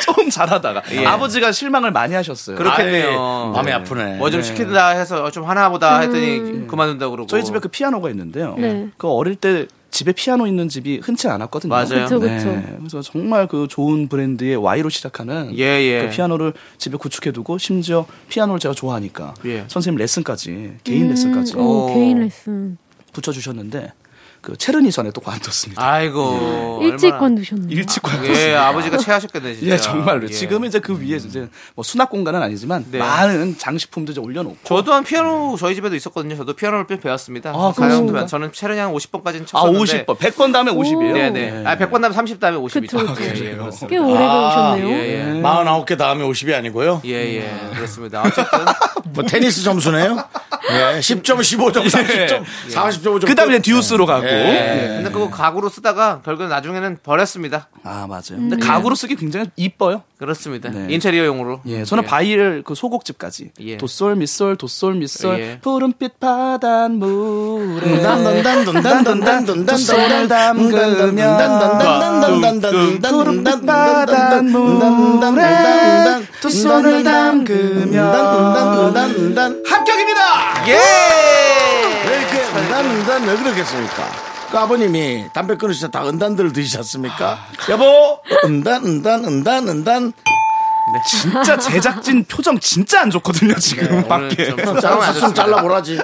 Speaker 7: 좀 잘하다가
Speaker 2: 예.
Speaker 7: 아버지가 실망을 많이 하셨어요.
Speaker 2: 그렇겠네요.
Speaker 1: 마음이 아프네
Speaker 2: 뭐 좀 시킨다 해서 좀 하나보다
Speaker 8: 음.
Speaker 2: 했더니 그만둔다고 그러고.
Speaker 7: 저희 집에 그 피아노가 있는데요.
Speaker 8: 네.
Speaker 7: 그 어릴 때 집에 피아노 있는 집이 흔치 않았거든요.
Speaker 2: 맞아요.
Speaker 8: 그쵸, 그쵸.
Speaker 7: 네. 그래서 정말 그 좋은 브랜드의 Y로 시작하는
Speaker 2: 예, 예.
Speaker 7: 그 피아노를 집에 구축해두고 심지어 피아노를 제가 좋아하니까
Speaker 2: 예.
Speaker 7: 선생님 레슨까지
Speaker 8: 음.
Speaker 7: 개인 레슨까지
Speaker 8: 오,
Speaker 2: 어.
Speaker 8: 개인 레슨.
Speaker 7: 붙여주셨는데 그 체르니 전에 또 관뒀습니다.
Speaker 2: 아이고.
Speaker 8: 예.
Speaker 2: 어,
Speaker 8: 일찍
Speaker 2: 얼마나-
Speaker 8: 건두셨네요.
Speaker 7: 일찍 관뒀습니다.
Speaker 2: 예, 아버지가 체하셨겠네, 진짜.
Speaker 7: 예, 정말로.
Speaker 2: 예.
Speaker 7: 지금은 이제 그 위에 이제 뭐 수납 공간은 아니지만
Speaker 2: 네.
Speaker 7: 많은 장식품도 이제 올려놓고.
Speaker 2: 저도 한 피아노 저희 집에도 있었거든요. 저도 피아노를 꽤 배웠습니다.
Speaker 7: 아,
Speaker 2: 가요도
Speaker 7: 그렇습니까?
Speaker 2: 배웠- 저는 체르니 한 50번까지는
Speaker 7: 아, 예.
Speaker 2: 쳤었는데
Speaker 7: 50번. 100번 다음에 50이에요?
Speaker 2: 네네. 아, 100번 다음에 30 다음에 50이죠.
Speaker 8: 그쵸, 그쵸.
Speaker 2: 예, 예, 그렇습니다.
Speaker 8: 꽤 오래 배우셨네요.
Speaker 2: 예,
Speaker 7: 음.
Speaker 2: 예.
Speaker 1: 49개 다음에 50이 아니고요
Speaker 2: 예, 예. 그렇습니다. 어쨌든.
Speaker 1: 뭐 테니스 점수네요 예 10점 15점 30점 40점 5점
Speaker 7: 그 다음에 이제 듀스로 가고.
Speaker 2: 예.
Speaker 7: 네.
Speaker 2: 근데 그거 가구로 쓰다가 결국엔 나중에는 버렸습니다.
Speaker 7: 아, 맞아요. 근데 가구로 쓰기 굉장히 이뻐요.
Speaker 2: 그렇습니다.
Speaker 7: 네.
Speaker 2: 인테리어용으로.
Speaker 7: 예, 저는 바이엘 그 소곡집까지.
Speaker 2: 음. 예.
Speaker 7: 도솔, 미솔, 도솔, 미솔.
Speaker 2: 예.
Speaker 7: 푸른빛
Speaker 1: 예.
Speaker 7: 바닷물에. 도솔을 담그며. 푸른빛 바닷물에. 두 손을 담그며. 합격입니다!
Speaker 2: 예!
Speaker 1: 왜
Speaker 7: 네.
Speaker 1: 이렇게 은단 은단 왜 그러겠습니까? 그 아버님이 담배 끊으시다 다 은단들을 드시지 않습니까?
Speaker 7: 여보!
Speaker 1: 은단 은단 은단 은단
Speaker 7: 진짜 제작진 표정 진짜 안 좋거든요
Speaker 2: 네.
Speaker 7: 지금
Speaker 2: 오늘
Speaker 7: 밖에
Speaker 2: 좀-
Speaker 1: 잘랐으면 잘라보라지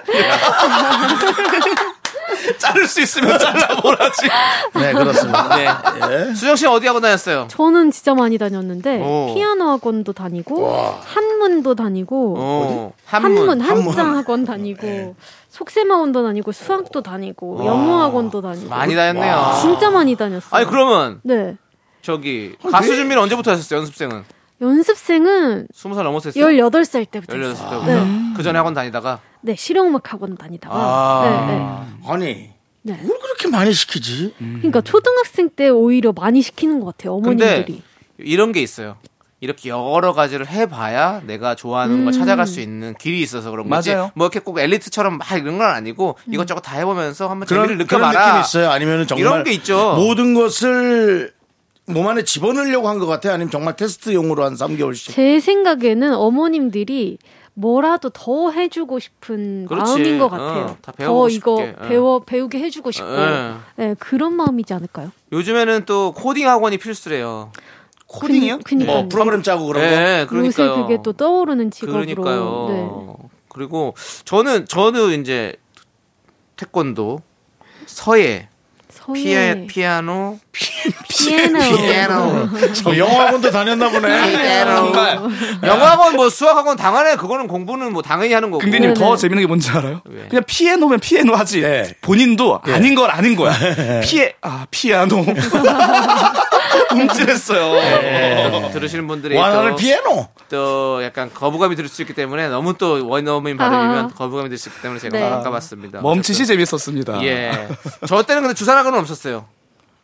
Speaker 7: 자를 수 있으면 잘라보라지.
Speaker 1: 네, 그렇습니다.
Speaker 2: 네. 수정 씨 어디 하고 다녔어요?
Speaker 8: 저는 진짜 많이 다녔는데
Speaker 2: 오.
Speaker 8: 피아노 학원도 다니고 한문도 다니고
Speaker 2: 어, 한문.
Speaker 8: 한문,
Speaker 2: 예.
Speaker 8: 한자 학원 다니고 속세마원도 다니고 수학도 다니고 영어 학원도 다니고
Speaker 2: 많이 다녔네요.
Speaker 8: 진짜 많이 다녔어요.
Speaker 2: 아니 그러면
Speaker 8: 네
Speaker 2: 저기
Speaker 1: 아,
Speaker 2: 가수
Speaker 1: 네.
Speaker 2: 준비는 언제부터 하셨어요? 연습생은
Speaker 8: 연습생은
Speaker 2: 스무 살 넘어서 했어요?
Speaker 8: 18살 때부터
Speaker 2: 열여덟 살 때부터.
Speaker 8: 했어요. 네.
Speaker 2: 그 전에 학원 다니다가
Speaker 8: 네, 실용음악 학원 다니다가
Speaker 2: 아.
Speaker 1: 아니,
Speaker 8: 네, 네.
Speaker 1: 뭘 그렇게 많이 시키지?
Speaker 8: 그러니까 초등학생 때 오히려 많이 시키는 것 같아요.
Speaker 2: 음. 근데
Speaker 8: 어머님들이.
Speaker 2: 이런 게 있어요. 이렇게 여러 가지를 해봐야 내가 좋아하는
Speaker 8: 음.
Speaker 2: 걸 찾아갈 수 있는 길이 있어서 그런 거지.
Speaker 7: 맞아요.
Speaker 2: 뭐 이렇게 꼭 엘리트처럼 막 이런 건 아니고
Speaker 8: 음.
Speaker 2: 이것저것 다 해보면서 한번 재미를
Speaker 1: 그런
Speaker 2: 느껴봐라.
Speaker 1: 느낌이 있어요. 아니면 정말
Speaker 2: 이런 게 있죠.
Speaker 1: 모든 것을 몸 안에 집어넣으려고 한 것 같아요. 아니면 정말 테스트용으로 한 3개월씩.
Speaker 8: 제 생각에는 어머님들이 뭐라도 더 해주고 싶은
Speaker 2: 그렇지.
Speaker 8: 마음인 것 같아요.
Speaker 2: 어, 다
Speaker 8: 더
Speaker 2: 배워보고
Speaker 8: 이거
Speaker 2: 싶게. 어.
Speaker 8: 배워 배우게 해주고 싶고
Speaker 2: 예.
Speaker 8: 예, 그런 마음이지 않을까요?
Speaker 2: 요즘에는 또 코딩 학원이 필수래요.
Speaker 8: 코딩이요? 어, 그니까요.
Speaker 1: 뭐 프로그램 짜고 그런 거.
Speaker 2: 네, 그러니까요.
Speaker 8: 요새 그게 또 떠오르는 직업으로. 네.
Speaker 2: 그러니까요. 그리고 저는 저는 이제 태권도, 서예,
Speaker 8: 어, 서예,
Speaker 2: 피아, 피아노,
Speaker 8: 피아노.
Speaker 2: 피아노,
Speaker 1: 뭐 영어학원도 다녔나 보네.
Speaker 2: 피아노. 영어학원 뭐 수학학원 당연해 그거는 공부는 뭐 당연히 하는 거고.
Speaker 7: 근데님
Speaker 8: 네네.
Speaker 7: 더 재밌는 게 뭔지 알아요?
Speaker 2: 왜?
Speaker 7: 그냥 피아노면 피아노 하지.
Speaker 1: 네.
Speaker 7: 본인도 아닌 건 아닌 거야. 피에 아 피아노 움찔했어요.
Speaker 2: 네, 들으시는 분들이
Speaker 1: 완화를
Speaker 2: 또,
Speaker 1: 피해노.
Speaker 2: 또 약간 거부감이 들 수 있기 때문에 너무 또 원어민 발음이면
Speaker 8: 아.
Speaker 2: 거부감이 들 수 있기 때문에 제가
Speaker 8: 네.
Speaker 2: 바꿔봤습니다.
Speaker 7: 멈칫이 재밌었습니다.
Speaker 2: 예. 저 때는 근데 주산학원은 없었어요.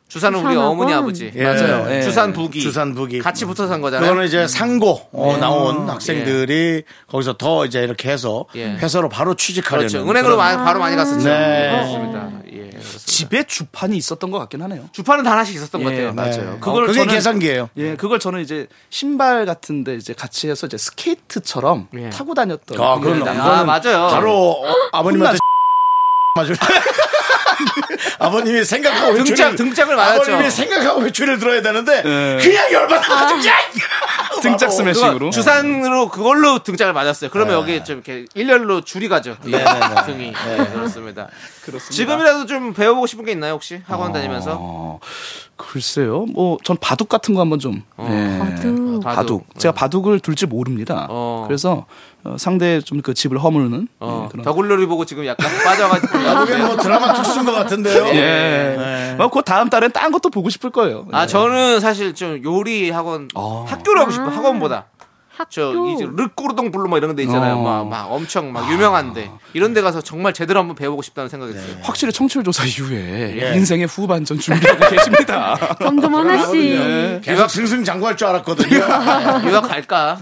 Speaker 2: 주산은 우리
Speaker 8: 주산학원?
Speaker 2: 어머니 아버지.
Speaker 1: 예.
Speaker 7: 맞아요. 예.
Speaker 2: 주산 부기.
Speaker 1: 주산 부기.
Speaker 2: 같이 붙어서 한 거잖아요. 음. 예.
Speaker 1: 그거는 이제 상고 어, 나온 학생들이 거기서 더 이제 이렇게 해서
Speaker 2: 예.
Speaker 1: 회사로 바로 취직하려는
Speaker 2: 그렇죠. 은행으로
Speaker 1: 그런-
Speaker 2: 많이- 바로 많이 갔었죠.
Speaker 1: 네.
Speaker 2: 그렇습니다. 예. 그렇습니다.
Speaker 7: 집에 주판이 있었던 것 같긴 하네요.
Speaker 2: 주판은 다 하나씩 있었던 것 같아요.
Speaker 7: 맞아요.
Speaker 1: 네. 어, 그게 계산기예요.
Speaker 7: 예, 그걸 저는 이제 신발 같은데 이제 같이 해서 이제 스케이트처럼
Speaker 2: 예.
Speaker 7: 타고 다녔던.
Speaker 1: 아, 그건
Speaker 7: 예.
Speaker 1: 남자.
Speaker 2: 아, 맞아요.
Speaker 1: 바로 어, 아버님한테
Speaker 7: 혼나죠.
Speaker 1: 맞을 아버님이 생각하고
Speaker 2: 등짝,
Speaker 1: 회초리를-
Speaker 2: 등짝을 맞았죠.
Speaker 1: 아버님이 생각하고 회초리를 들어야 되는데
Speaker 7: 예.
Speaker 1: 그냥 열받아가지고 야! 바로.
Speaker 7: 등짝
Speaker 2: 그거
Speaker 7: 스매싱으로.
Speaker 2: 주산으로 그걸로 등장을 맞았어요. 그러면 여기 좀 이렇게 일렬로 줄이 가죠. 이
Speaker 1: 네네네.
Speaker 2: 등이 네, 그렇습니다. 지금이라도 좀 배워보고 싶은 게 있나요 혹시 학원 다니면서?
Speaker 7: 어, 글쎄요. 뭐 전 바둑 같은 거 한번 좀. 예.
Speaker 8: 바둑.
Speaker 7: 바둑. 제가 바둑을 둘지 모릅니다.
Speaker 2: 어.
Speaker 7: 그래서 어, 상대 좀 그 집을 허무르는
Speaker 2: 어,
Speaker 7: 예, 그런.
Speaker 2: 더글로리 보고 지금 약간 빠져가지고
Speaker 1: 그게 뭐 드라마 특수인 것 같은데요.
Speaker 7: 예.
Speaker 1: 네.
Speaker 7: 어, 곧 다음 달엔 딴 것도 보고 싶을 거예요.
Speaker 2: 아 저는 사실 좀 요리 학원 학교로 하고 싶어요 학원보다
Speaker 8: 아, 학교.
Speaker 2: 저 이제 르꼬르동 블루 막 이런 데 있잖아요
Speaker 7: 어.
Speaker 2: 막, 막 엄청 막 유명한데 이런 데 가서 정말 제대로 한번 배워보고 싶다는 생각이 들어요
Speaker 7: 확실히 청취율 조사 이후에 인생의 후반전 준비하고 계십니다.
Speaker 8: 점점 하나씩.
Speaker 1: 계속 승승장구할 줄 알았거든요.
Speaker 2: 아, 유학 갈까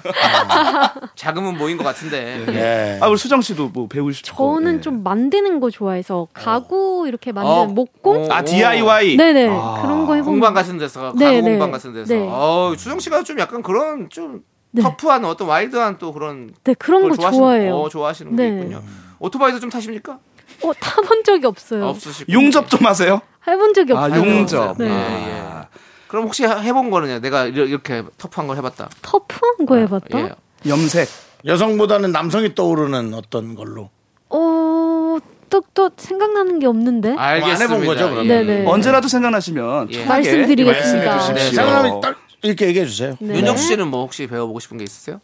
Speaker 2: 아, 자금은 모인 것 같은데 예.
Speaker 1: 예.
Speaker 7: 아, 우리 수정 씨도 뭐 배우실 거.
Speaker 8: 저는
Speaker 7: 예.
Speaker 8: 좀 만드는 거 좋아해서 가구 이렇게 만드는
Speaker 2: 어.
Speaker 8: 목공.
Speaker 2: 어. 아,
Speaker 7: 아 DIY.
Speaker 8: 네네 그런 거 해본
Speaker 2: 공방 같은 데서
Speaker 8: 네,
Speaker 2: 가구
Speaker 8: 네.
Speaker 2: 공방 같은 데서
Speaker 8: 네.
Speaker 2: 어 수정 씨가 좀 약간 그런 좀
Speaker 8: 네.
Speaker 2: 터프한 어떤 와일드한 또 그런
Speaker 8: 네 그런
Speaker 2: 걸
Speaker 8: 거
Speaker 2: 좋아하시는,
Speaker 8: 좋아해요.
Speaker 2: 어, 좋아하시는 게
Speaker 8: 네.
Speaker 2: 있군요 오토바이도 좀 타십니까?
Speaker 8: 어, 타본 적이 없어요.
Speaker 2: 없으시고 네.
Speaker 7: 용접 좀 하세요.
Speaker 8: 해본 적이
Speaker 7: 아,
Speaker 8: 없어요.
Speaker 7: 용접.
Speaker 8: 네.
Speaker 2: 아, 예. 그럼 혹시 해본 거는요? 내가 이러- 이렇게 터프한 걸 해봤다.
Speaker 8: 터프한 거 해봤다.
Speaker 2: 예.
Speaker 7: 염색.
Speaker 1: 여성보다는 남성이 떠오르는 어떤 걸로.
Speaker 8: 어, 똑똑 생각나는 게 없는데.
Speaker 2: 알겠습니다. 어,
Speaker 1: 안 해본 거죠, 그러면?
Speaker 8: 네네.
Speaker 7: 언제라도 생각나시면
Speaker 2: 아, 예.
Speaker 7: 편하게
Speaker 8: 말씀드리겠습니다.
Speaker 7: 말씀해
Speaker 2: 네.
Speaker 7: 주십시오.
Speaker 1: 생각나면 딱 이렇게 얘기해 주세요.
Speaker 8: 네.
Speaker 2: 윤정 씨는 뭐 혹시 배워보고 싶은 게 있으세요?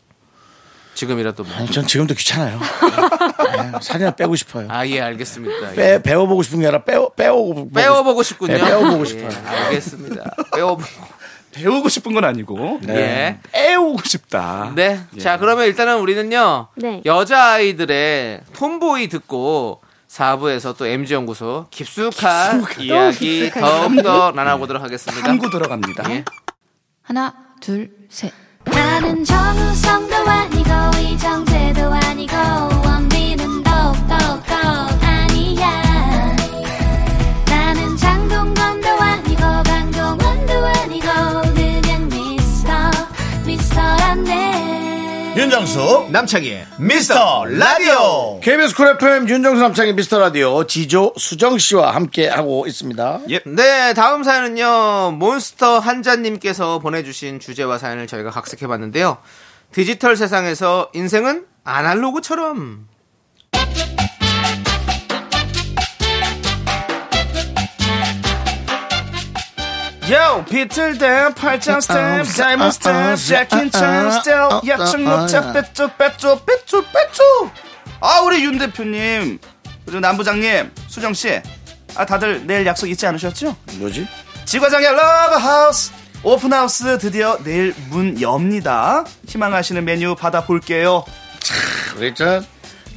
Speaker 2: 지금이라도 뭐.
Speaker 1: 아니, 전 지금도 귀찮아요. 네, 살이나 빼고 싶어요.
Speaker 2: 아, 예, 알겠습니다. 예.
Speaker 1: 빼, 배워보고 싶은 게 아니라 빼, 빼오고.
Speaker 2: 빼워보고 싶군요.
Speaker 1: 네, 빼워보고
Speaker 2: 예,
Speaker 1: 싶어요.
Speaker 2: 알겠습니다. 빼워보고.
Speaker 7: 배우고 싶은 건 아니고
Speaker 8: 네.
Speaker 2: 예.
Speaker 7: 애우고 싶다.
Speaker 2: 네. 자, 그러면 일단은 우리는요.
Speaker 8: 네.
Speaker 2: 여자아이들의 톰보이 듣고 4부에서 또 MG연구소 깊숙한 이야기 더욱더 나눠보도록 하겠습니다.
Speaker 7: 탐구 들어갑니다.
Speaker 2: 예.
Speaker 10: 하나, 둘, 셋.
Speaker 5: 나는 정우성도 아니고 이정재도 아니고 원빈은 더욱더 아니야 나는 장동건도 아니고 강동원도 아니고 그냥 미스터 미스터란데
Speaker 1: 예,
Speaker 6: 윤정수
Speaker 2: 남창희의
Speaker 6: 미스터 라디오
Speaker 1: KBS 쿨 FM 윤정수 남창의 미스터 라디오 지조 수정 씨와 함께 하고 있습니다.
Speaker 2: 네, 다음 사연은요. 몬스터 한자님께서 보내주신 주제와 사연을 저희가 각색해봤는데요. 디지털 세상에서 인생은 아날로그처럼.
Speaker 7: 요 비틀댐 팔짱 스텝 다이몬 스텝 잭킨 찬 스텝 약청 녹차 빼쪼 빼쪼 빼쪼 빼쪼 아 우리 윤 대표님 그리고 남 부장님 수정 씨아 다들 내일 약속 잊지 않으셨죠? 아,
Speaker 9: 뭐지?
Speaker 7: 지과장의 러브하우스 오픈하우스 드디어 내일 문 엽니다 희망하시는 메뉴 받아볼게요
Speaker 1: 그랬죠? 그러니까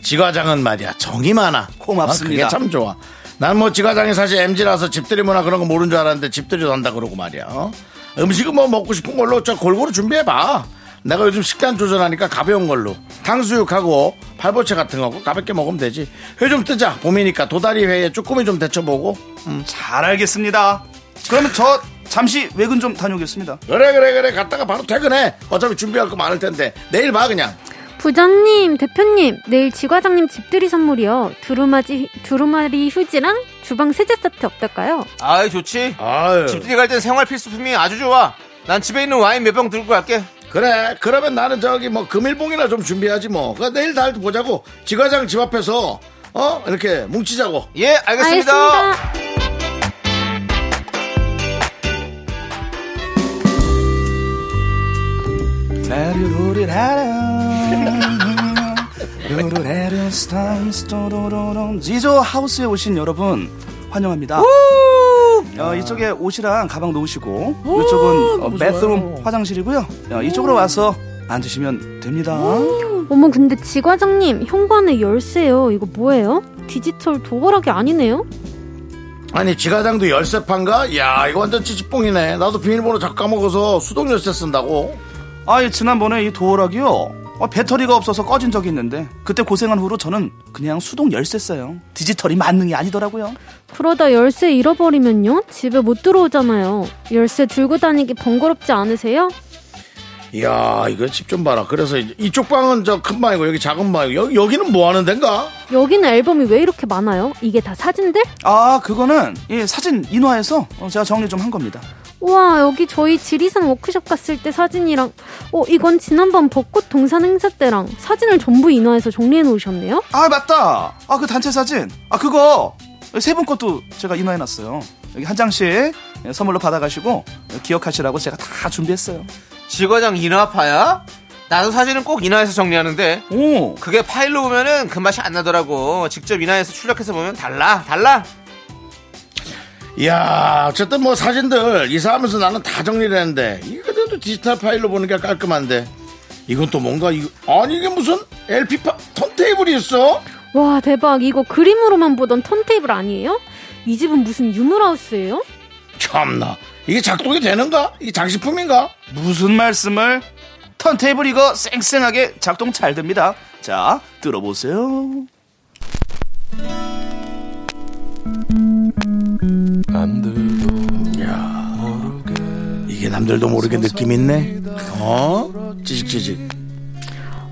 Speaker 1: 지과장은 말이야 정이 많아.
Speaker 7: 고맙습니다.
Speaker 1: 아, 그게 참 좋아. 난 뭐 지과장이 사실 MG라서 집들이 문화 그런 거 모르는 줄 알았는데 집들이도 한다 그러고 말이야. 어? 음식은 뭐 먹고 싶은 걸로 저 골고루 준비해봐. 내가 요즘 식단 조절하니까 가벼운 걸로 탕수육하고 발보채 같은 거고 가볍게 먹으면 되지. 회 좀 뜨자 봄이니까 도다리 회에 쭈꾸미 좀 데쳐보고. 음.
Speaker 7: 잘 알겠습니다 그러면 저 잠시 외근 좀 다녀오겠습니다
Speaker 1: 그래 그래 그래 갔다가 바로 퇴근해. 어차피 준비할 거 많을 텐데 내일 봐 그냥.
Speaker 8: 부장님, 대표님, 내일 지과장님 집들이 선물이요. 두루마지, 두루마리 휴지랑 주방 세제 세트 어떨까요?
Speaker 2: 아이 좋지
Speaker 1: 아유.
Speaker 2: 집들이 갈 땐 생활 필수품이 아주 좋아 난 집에 있는 와인 몇 병 들고 갈게
Speaker 1: 그래 그러면 나는 저기 뭐 금일봉이나 좀 준비하지 뭐 그거 내일 다 보자고 지과장 집 앞에서 어 이렇게 뭉치자고
Speaker 2: 예 알겠습니다
Speaker 7: 지조 하우스에 오신 여러분 환영합니다. 어, 이쪽에 옷이랑 가방 놓으시고 이쪽은 어, 베스룸 화장실이고요. 어, 이쪽으로 와서 앉으시면 됩니다.
Speaker 8: 어머, 근데 지과장님, 현관에 열쇠요. 이거 뭐예요? 디지털 도어락이 아니네요?
Speaker 1: 아니 지과장도 열쇠판가 야 이거 완전 찌찌뽕이네 나도 비밀번호 자 까먹어서 수동 열쇠 쓴다고
Speaker 7: 아, 예, 지난번에 이 도어락이요. 어, 배터리가 없어서 꺼진 적이 있는데 그때 고생한 후로 저는 그냥 수동 열쇠 써요. 디지털이 만능이 아니더라고요.
Speaker 8: 그러다 열쇠 잃어버리면요? 집에 못 들어오잖아요. 열쇠 들고 다니기 번거롭지 않으세요?
Speaker 1: 야 이거 집 좀 봐라 그래서 이제 이쪽 방은 저 큰 방이고 여기 작은 방이고 여기, 여기는 뭐 하는 데인가
Speaker 8: 여기는 앨범이 왜 이렇게 많아요? 이게 다 사진들?
Speaker 7: 아, 그거는 예, 사진 인화해서 어, 제가 정리 좀 한 겁니다.
Speaker 8: 우와 여기 저희 지리산 워크숍 갔을 때 사진이랑 어 이건 지난번 벚꽃 동산 행사 때랑 사진을 전부 인화해서 정리해 놓으셨네요?
Speaker 7: 아 맞다 아 그 단체 사진 아 그거 세 분 것도 제가 인화해놨어요 여기 한 장씩 선물로 받아가시고 기억하시라고 제가 다 준비했어요
Speaker 2: 지과장 인화파야? 나도 사진은 꼭 인화해서 정리하는데
Speaker 7: 오
Speaker 2: 그게 파일로 보면은 그 맛이 안 나더라고 직접 인화해서 출력해서 보면 달라 달라
Speaker 1: 야 어쨌든 뭐 사진들 이사하면서 나는 다 정리를 했는데 이거 그래도 디지털 파일로 보는 게 깔끔한데 이건 또 뭔가 이 아니 이게 무슨 LP 파 턴테이블이 있어
Speaker 8: 와 대박 이거 그림으로만 보던 턴테이블 아니에요? 이 집은 무슨 유물하우스예요?
Speaker 1: 참나 이게 작동이 되는가? 이게 장식품인가?
Speaker 7: 무슨 말씀을 턴테이블 이거 쌩쌩하게 작동 잘 됩니다 자 들어보세요
Speaker 1: 이게 남들도 모르게 느낌 있네. 어? 찌직찌직.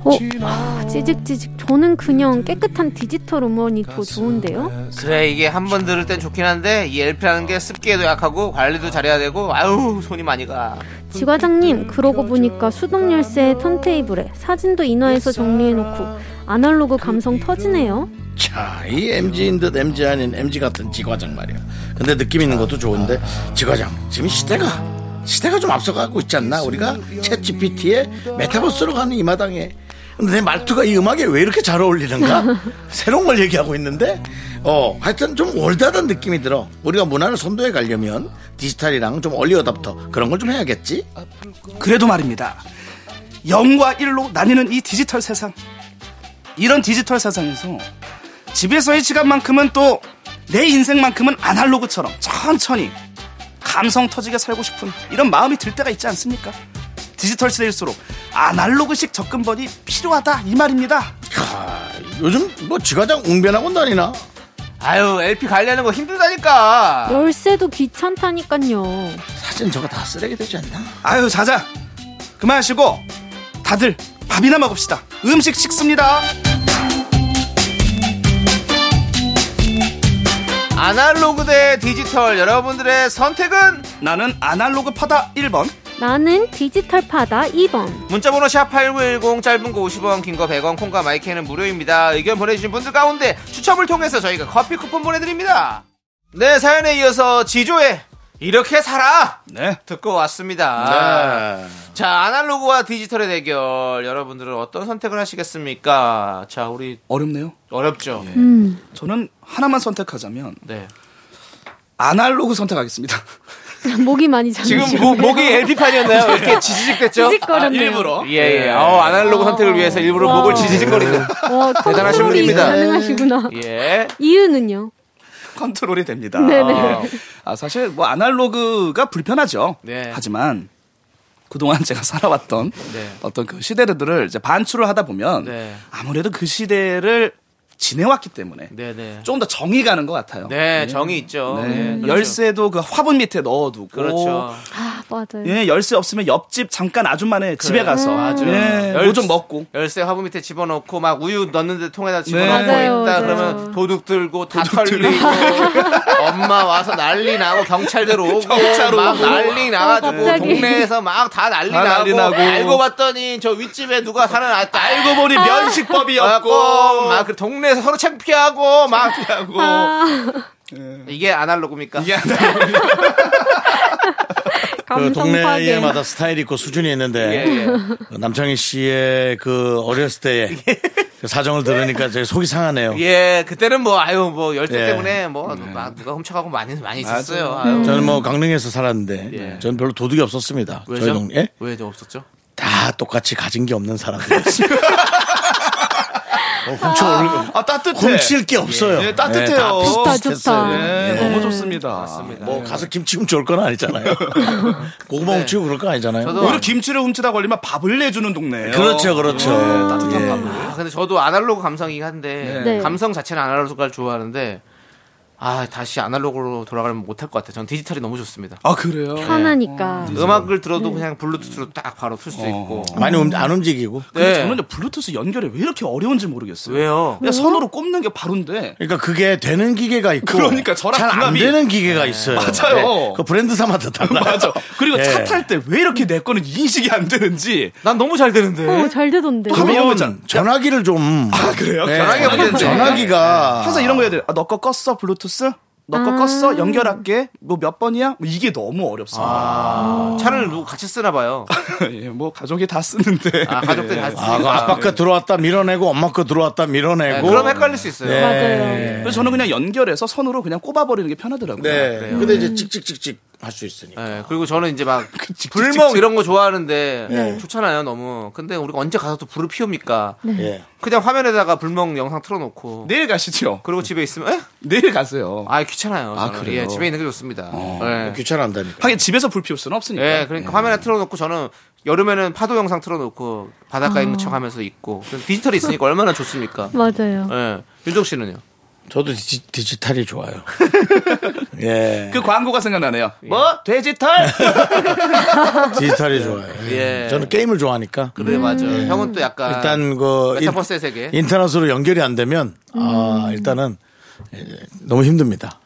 Speaker 8: 어 아, 찌직찌직 저는 그냥 깨끗한 디지털 음원이 더 좋은데요?
Speaker 2: 그래 이게 한 번 들을 땐 좋긴 한데 이 LP라는 게 습기에도 약하고 관리도 잘해야 되고 아우 손이 많이 가
Speaker 8: 지과장님 그러고 보니까 수동 열쇠 턴테이블에 사진도 인화해서 정리해 놓고 아날로그 감성 터지네요
Speaker 1: 자, 이 MG인 듯 MG 아닌 MG 같은 지과장 말이야. 근데 느낌 있는 것도 좋은데 지과장 지금 시대가 시대가 좀 앞서가고 있지 않나? 우리가 챗 GPT에 메타버스로 가는 이 마당에. 근데 내 말투가 이 음악에 왜 이렇게 잘 어울리는가? 새로운 걸 얘기하고 있는데, 어, 하여튼 좀 올드하다는 느낌이 들어. 우리가 문화를 선도해 가려면 디지털이랑 좀 얼리 어답터 그런 걸 좀 해야겠지?
Speaker 7: 그래도 말입니다. 0과 1로 나뉘는 이 디지털 세상. 이런 디지털 세상에서 집에서의 시간만큼은 또 내 인생만큼은 아날로그처럼 천천히 감성 터지게 살고 싶은 이런 마음이 들 때가 있지 않습니까? 디지털 시대일수록 아날로그식 접근법이 필요하다 이 말입니다.
Speaker 1: 아, 요즘 뭐 지과장 웅변하고 다니나?
Speaker 2: 아유 LP 관리하는 거 힘들다니까
Speaker 8: 열쇠도 귀찮다니까요
Speaker 1: 사진 저거 다 쓰레기 되지 않나?
Speaker 7: 아유 자자 그만하시고 다들 밥이나 먹읍시다. 음식 식습니다.
Speaker 2: 아날로그 대 디지털 여러분들의 선택은
Speaker 7: 나는 아날로그 파다 1번
Speaker 8: 나는 디지털 파다 2번.
Speaker 2: 문자번호 샵8910 짧은 거 50원 긴 거 100원 콩과 마이크는 무료입니다 의견 보내주신 분들 가운데 추첨을 통해서 저희가 커피 쿠폰 보내드립니다 네 사연에 이어서 지조의 이렇게 살아!
Speaker 7: 네. 아,
Speaker 2: 듣고 왔습니다. 자, 아날로그와 디지털의 대결. 여러분들은 어떤 선택을 하시겠습니까? 자, 우리
Speaker 7: 어렵네요.
Speaker 2: 어렵죠?
Speaker 8: 음.
Speaker 7: 저는 하나만 선택하자면
Speaker 2: 네.
Speaker 7: 아날로그 선택하겠습니다.
Speaker 8: 목이 많이 잠겨.
Speaker 2: 지금 뭐 목, 목이 LP판이었나요? 이렇게 지지직됐죠?
Speaker 8: 지직거렸네요.
Speaker 2: 일부러. 예, 예. 어, 아날로그 선택을 위해서 일부러 목을 지지직거리는.
Speaker 8: 와,
Speaker 2: 대단하신
Speaker 8: 어, 컨트롤이
Speaker 2: 분입니다.
Speaker 8: 가능하시구나.
Speaker 2: 예.
Speaker 8: 이유는요?
Speaker 7: 컨트롤이 됩니다.
Speaker 8: 네네.
Speaker 7: 아, 사실 뭐 아날로그가 불편하죠.
Speaker 2: 네.
Speaker 7: 하지만 그동안 제가 살아왔던
Speaker 2: 네.
Speaker 7: 어떤 그 시대들을 이제 반추를 하다 보면
Speaker 2: 네.
Speaker 7: 아무래도 그 시대를 지내왔기 때문에
Speaker 2: 네네.
Speaker 7: 조금 더 정이 가는 것 같아요.
Speaker 2: 네, 정이 있죠.
Speaker 7: 네.
Speaker 2: 네, 그렇죠.
Speaker 7: 열쇠도 그 화분 밑에 넣어두고
Speaker 2: 그렇죠.
Speaker 8: 아, 맞아요.
Speaker 7: 예, 열쇠 없으면 옆집 잠깐 아줌마네 집에 가서
Speaker 2: 맞아.
Speaker 7: 예,
Speaker 2: 열-
Speaker 7: 뭐좀 먹고
Speaker 2: 열쇠 화분 밑에 집어넣고 막 우유 넣는데
Speaker 7: 네.
Speaker 2: 통에다 집어넣고
Speaker 8: 맞아요,
Speaker 2: 있다
Speaker 8: 맞아요.
Speaker 2: 그러면 도둑 들고 다 털리고 엄마 와서 난리 나고 경찰대로 오고
Speaker 7: 경찰
Speaker 2: 막
Speaker 7: 오고.
Speaker 2: 난리 나가지고
Speaker 8: 어, 갑자기.
Speaker 2: 동네에서 막 다 난리,
Speaker 7: 다 난리
Speaker 2: 나고,
Speaker 7: 나고.
Speaker 2: 알고 봤더니 저 윗집에 누가 사는 아
Speaker 7: 알고 보니
Speaker 2: 알고
Speaker 7: 아, 면식법이었고
Speaker 2: 막그 동네에서 서로 창피하고 막
Speaker 7: 하고
Speaker 8: 아.
Speaker 7: 예.
Speaker 2: 이게 아날로그입니까?
Speaker 7: 이게 아날로그
Speaker 1: 그
Speaker 8: 감성 파괴.
Speaker 1: 동네마다 스타일이 있고 수준이 있는데 그
Speaker 2: 예, 예.
Speaker 1: 남창희 씨의 그 어렸을 때의 그 사정을 들으니까 제 속이 상하네요.
Speaker 2: 예, 그때는 뭐 아유 뭐 열쇠
Speaker 1: 예.
Speaker 2: 때문에 뭐
Speaker 7: 네.
Speaker 2: 막 누가 훔쳐가고 많이 많이 있었어요. 아유.
Speaker 7: 음.
Speaker 1: 저는 뭐 강릉에서 살았는데
Speaker 2: 예.
Speaker 1: 저는 별로 도둑이 없었습니다. 저희 동네
Speaker 2: 왜죠 없었죠?
Speaker 1: 다 똑같이 가진 게 없는 사람들이었어요. 어, 훔쳐 올
Speaker 7: 아 따뜻해
Speaker 1: 훔칠 게 없어요. 뭐
Speaker 7: 예, 따뜻해요.
Speaker 1: 다
Speaker 8: 좋다,
Speaker 1: 비슷비슷했어요.
Speaker 8: 좋다.
Speaker 7: 예,
Speaker 1: 예.
Speaker 7: 너무 좋습니다
Speaker 1: 뭐 가서 김치 훔쳐올 건 아니잖아요. 고구마 훔치고 그럴 건 아니잖아요.
Speaker 2: 저도
Speaker 7: 오히려 김치를 훔치다 걸리면 밥을 내주는 동네예요
Speaker 1: 그렇죠, 그렇죠.
Speaker 7: 따뜻한
Speaker 1: 예.
Speaker 7: 밥을
Speaker 2: 아, 근데 저도 아날로그 감성이긴 한데
Speaker 8: 네. 네.
Speaker 2: 감성 자체는 아날로그를 좋아하는데 아 다시 아날로그로 돌아가면 못할 것 같아요. 전 디지털이 너무 좋습니다.
Speaker 7: 아 그래요
Speaker 8: 편하니까.
Speaker 2: 음악을
Speaker 8: 네.
Speaker 2: 들어도 그냥 블루투스로 딱 바로 틀 수 있고.
Speaker 1: 많이 움- 안 움직이고.
Speaker 7: 근데
Speaker 2: 네.
Speaker 7: 저는요 블루투스 연결이 왜 이렇게 어려운지 모르겠어요
Speaker 2: 왜요?
Speaker 7: 그냥 선으로 꼽는 게 바로인데
Speaker 1: 그러니까 그게 되는 기계가 있고
Speaker 7: 그러니까 저랑
Speaker 1: 잘 안
Speaker 7: 궁합이- 예.
Speaker 1: 되는 기계가 있어요.
Speaker 7: 맞아요.
Speaker 1: 그 브랜드사마다 달라.
Speaker 7: 맞아 그리고
Speaker 1: 예.
Speaker 7: 차 탈 때 왜 이렇게 내 거는 인식이 안 되는지
Speaker 2: 난 너무 잘 되는데.
Speaker 8: 어, 잘 되던데.
Speaker 7: 또
Speaker 1: 그러면
Speaker 7: 그러면
Speaker 1: 전화기를 좀
Speaker 7: 아 그래요
Speaker 1: 예,
Speaker 2: 전화기가 문제인데.
Speaker 1: 전화기가
Speaker 7: 항상 이런 거 해야 돼요. 아, 너거 껐어, 블루투스? 너 거
Speaker 8: 아.
Speaker 7: 껐어? 연결할게. 뭐 몇 번이야? 뭐 이게 너무 어렵습니다.
Speaker 2: 차를 누구 같이 쓰나 봐요.
Speaker 7: 예, 뭐 가족이 다 쓰는데.
Speaker 2: 아, 가족들이 같이
Speaker 1: 아, 그
Speaker 2: 쓰니까.
Speaker 1: 아빠
Speaker 7: 예.
Speaker 1: 거 들어왔다 밀어내고 엄마 거 들어왔다
Speaker 2: 네,
Speaker 1: 밀어내고
Speaker 2: 그럼 헷갈릴 수 있어요.
Speaker 1: 네.
Speaker 8: 맞아요.
Speaker 7: 그래서 저는 그냥 연결해서 선으로 그냥 꼽아버리는 게 편하더라고요.
Speaker 1: 네. 근데 이제 찍찍찍찍 할 수 있으니까.
Speaker 2: 네, 그리고 저는 이제 막 불멍 이런 거 좋아하는데 좋잖아요, 너무. 근데 우리가 언제 가서 또 불을 피웁니까?
Speaker 8: 네.
Speaker 1: 예.
Speaker 2: 그냥 화면에다가 불멍 영상 틀어놓고
Speaker 7: 내일 가시죠.
Speaker 2: 그리고 집에 있으면 에?
Speaker 7: 내일 가세요.
Speaker 2: 아 귀찮아요.
Speaker 7: 아,
Speaker 2: 저는.
Speaker 7: 그래요? 어,
Speaker 2: 예, 집에 있는 게 좋습니다. 예.
Speaker 1: 귀찮아한다니까.
Speaker 7: 하긴 집에서 불 피울 수는 없으니까.
Speaker 2: 예, 그러니까 화면에 틀어놓고 저는 여름에는 파도 영상 틀어놓고 바닷가
Speaker 8: 아.
Speaker 2: 있는 척하면서 있고 그럼 디지털이 있으니까 얼마나 좋습니까?
Speaker 8: 맞아요.
Speaker 2: 예, 윤정 씨는요?
Speaker 1: 저도 디지, 털이 좋아요. 예.
Speaker 7: 그 광고가 생각나네요. 뭐
Speaker 2: 예.
Speaker 7: 디지털?
Speaker 1: 디지털이 좋아요. 예.
Speaker 2: 예.
Speaker 1: 저는 게임을 좋아하니까.
Speaker 2: 그래 네, 맞아.
Speaker 8: 음.
Speaker 2: 요 형은 또 약간
Speaker 1: 일단 그
Speaker 2: 메타버스의 세계.
Speaker 1: 인터넷으로 연결이 안 되면
Speaker 8: 음.
Speaker 1: 아, 일단은 예, 너무 힘듭니다.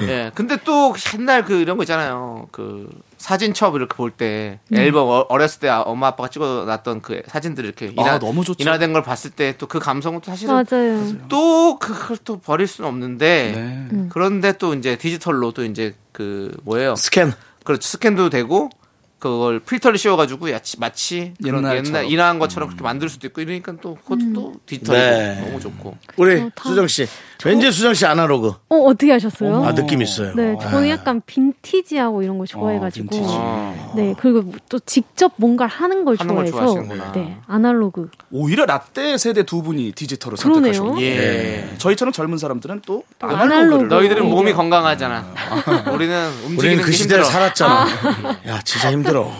Speaker 2: 예, 근데 또 옛날 그 이런 거 있잖아요. 그 사진첩 이렇게 볼 때 앨범 어- 어렸을 때 아- 엄마 아빠가 찍어놨던 그 사진들 이렇게
Speaker 7: 아,
Speaker 2: 인화,
Speaker 7: 너무 좋죠.
Speaker 2: 인화된 걸 봤을 때 또 그 감성은 또 사실은
Speaker 8: 맞아요.
Speaker 2: 또 그걸 또 버릴 수는 없는데
Speaker 8: 음.
Speaker 2: 그런데 또 이제 디지털로 또 이제 그 뭐예요?
Speaker 1: 스캔.
Speaker 2: 그렇죠 스캔도 되고 그걸 필터를 씌워가지고 야치- 마치 그런 옛날,
Speaker 7: 옛날처럼.
Speaker 2: 인화한 것처럼 그렇게 만들 수도 있고 이러니까 또 그것도 또 디지털이
Speaker 1: 네.
Speaker 2: 너무 좋고
Speaker 1: 우리
Speaker 8: 어, 다-
Speaker 1: 수정 씨. 왠지 수정 씨 아날로그.
Speaker 8: 어, 어떻게 하셨어요?
Speaker 1: 아, 느낌 있어요.
Speaker 8: 네, 저는 약간 빈티지하고 이런 거
Speaker 2: 어,
Speaker 8: 좋아해가지고.
Speaker 7: 빈티지.
Speaker 8: 네, 그리고 또 직접 뭔가를 하는 걸
Speaker 2: 하는 걸
Speaker 8: 좋아해서.
Speaker 2: 좋아하시는구나.
Speaker 8: 네, 아날로그.
Speaker 7: 오히려 라떼 세대 두 분이 디지털을
Speaker 8: 그러네요.
Speaker 7: 선택하셨고.
Speaker 2: 예.
Speaker 7: 저희처럼 젊은 사람들은 또
Speaker 8: 아날로그.
Speaker 7: 아날로그를.
Speaker 2: 너희들은 몸이 건강하잖아. 우리는
Speaker 1: 우리는
Speaker 2: 움직이는
Speaker 1: 그
Speaker 2: 게
Speaker 1: 시대를
Speaker 2: 힘들어.
Speaker 1: 살았잖아. 야, 진짜 힘들어.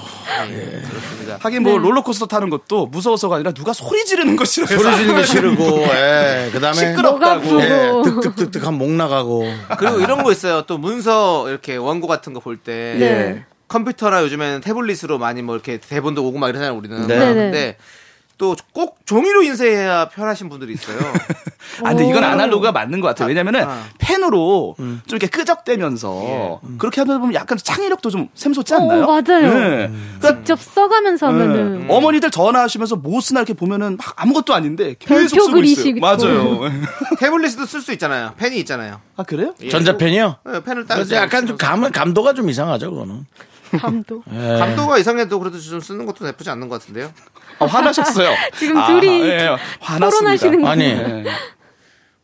Speaker 2: 그렇습니다.
Speaker 7: 하긴
Speaker 8: 네.
Speaker 7: 뭐 롤러코스터 타는 것도 무서워서가 아니라 누가 소리 지르는 거 싫어요.
Speaker 1: 소리 지르는 거 싫고, 그 예. 그 다음에.
Speaker 8: 뭐가 부러워.
Speaker 1: 득득득득 한목 나가고.
Speaker 2: 그리고 이런 거 있어요. 또 문서 이렇게 원고 같은 거 볼 때
Speaker 8: 네.
Speaker 1: 예.
Speaker 2: 컴퓨터나 요즘에는 태블릿으로 많이 뭐 이렇게 대본도 오고 막 이러잖아요. 우리는
Speaker 1: 네.
Speaker 8: 네네.
Speaker 2: 근데 또 꼭 종이로 인쇄해야 편하신 분들이 있어요.
Speaker 7: 아, 근데 이건
Speaker 2: 오.
Speaker 7: 아날로그가 맞는 것 같아요. 왜냐면은
Speaker 2: 아.
Speaker 7: 펜으로 좀 이렇게 끄적대면서 그렇게 하다 보면 약간 창의력도 좀 샘솟지 않나요?
Speaker 8: 어, 맞아요.
Speaker 7: 예.
Speaker 8: 직접 써가면서 하면은.
Speaker 7: 네.
Speaker 2: 음.
Speaker 7: 어머니들 전화하시면서 뭐 쓰나 이렇게 보면은 막 아무것도 아닌데 계속
Speaker 8: 별표
Speaker 7: 쓰고 있어요.
Speaker 8: 그리시고. 음.
Speaker 7: 맞아요.
Speaker 2: 태블릿에도 쓸 수 있잖아요. 펜이 있잖아요.
Speaker 7: 아 그래요?
Speaker 2: 예.
Speaker 1: 전자펜이요?
Speaker 2: 네, 펜을 따로
Speaker 1: 그래서 약간 좀 감, 감도가 좀 이상하죠, 그거는.
Speaker 8: 감도.
Speaker 2: 네.
Speaker 1: 예.
Speaker 2: 감도가 이상해도 그래도 좀 쓰는 것도 나쁘지 않는 것 같은데요.
Speaker 7: 아, 화나셨어요.
Speaker 8: 지금 둘이
Speaker 7: 예, 화났습니다.
Speaker 8: 토론하시는 거.
Speaker 1: 아니,
Speaker 7: 예.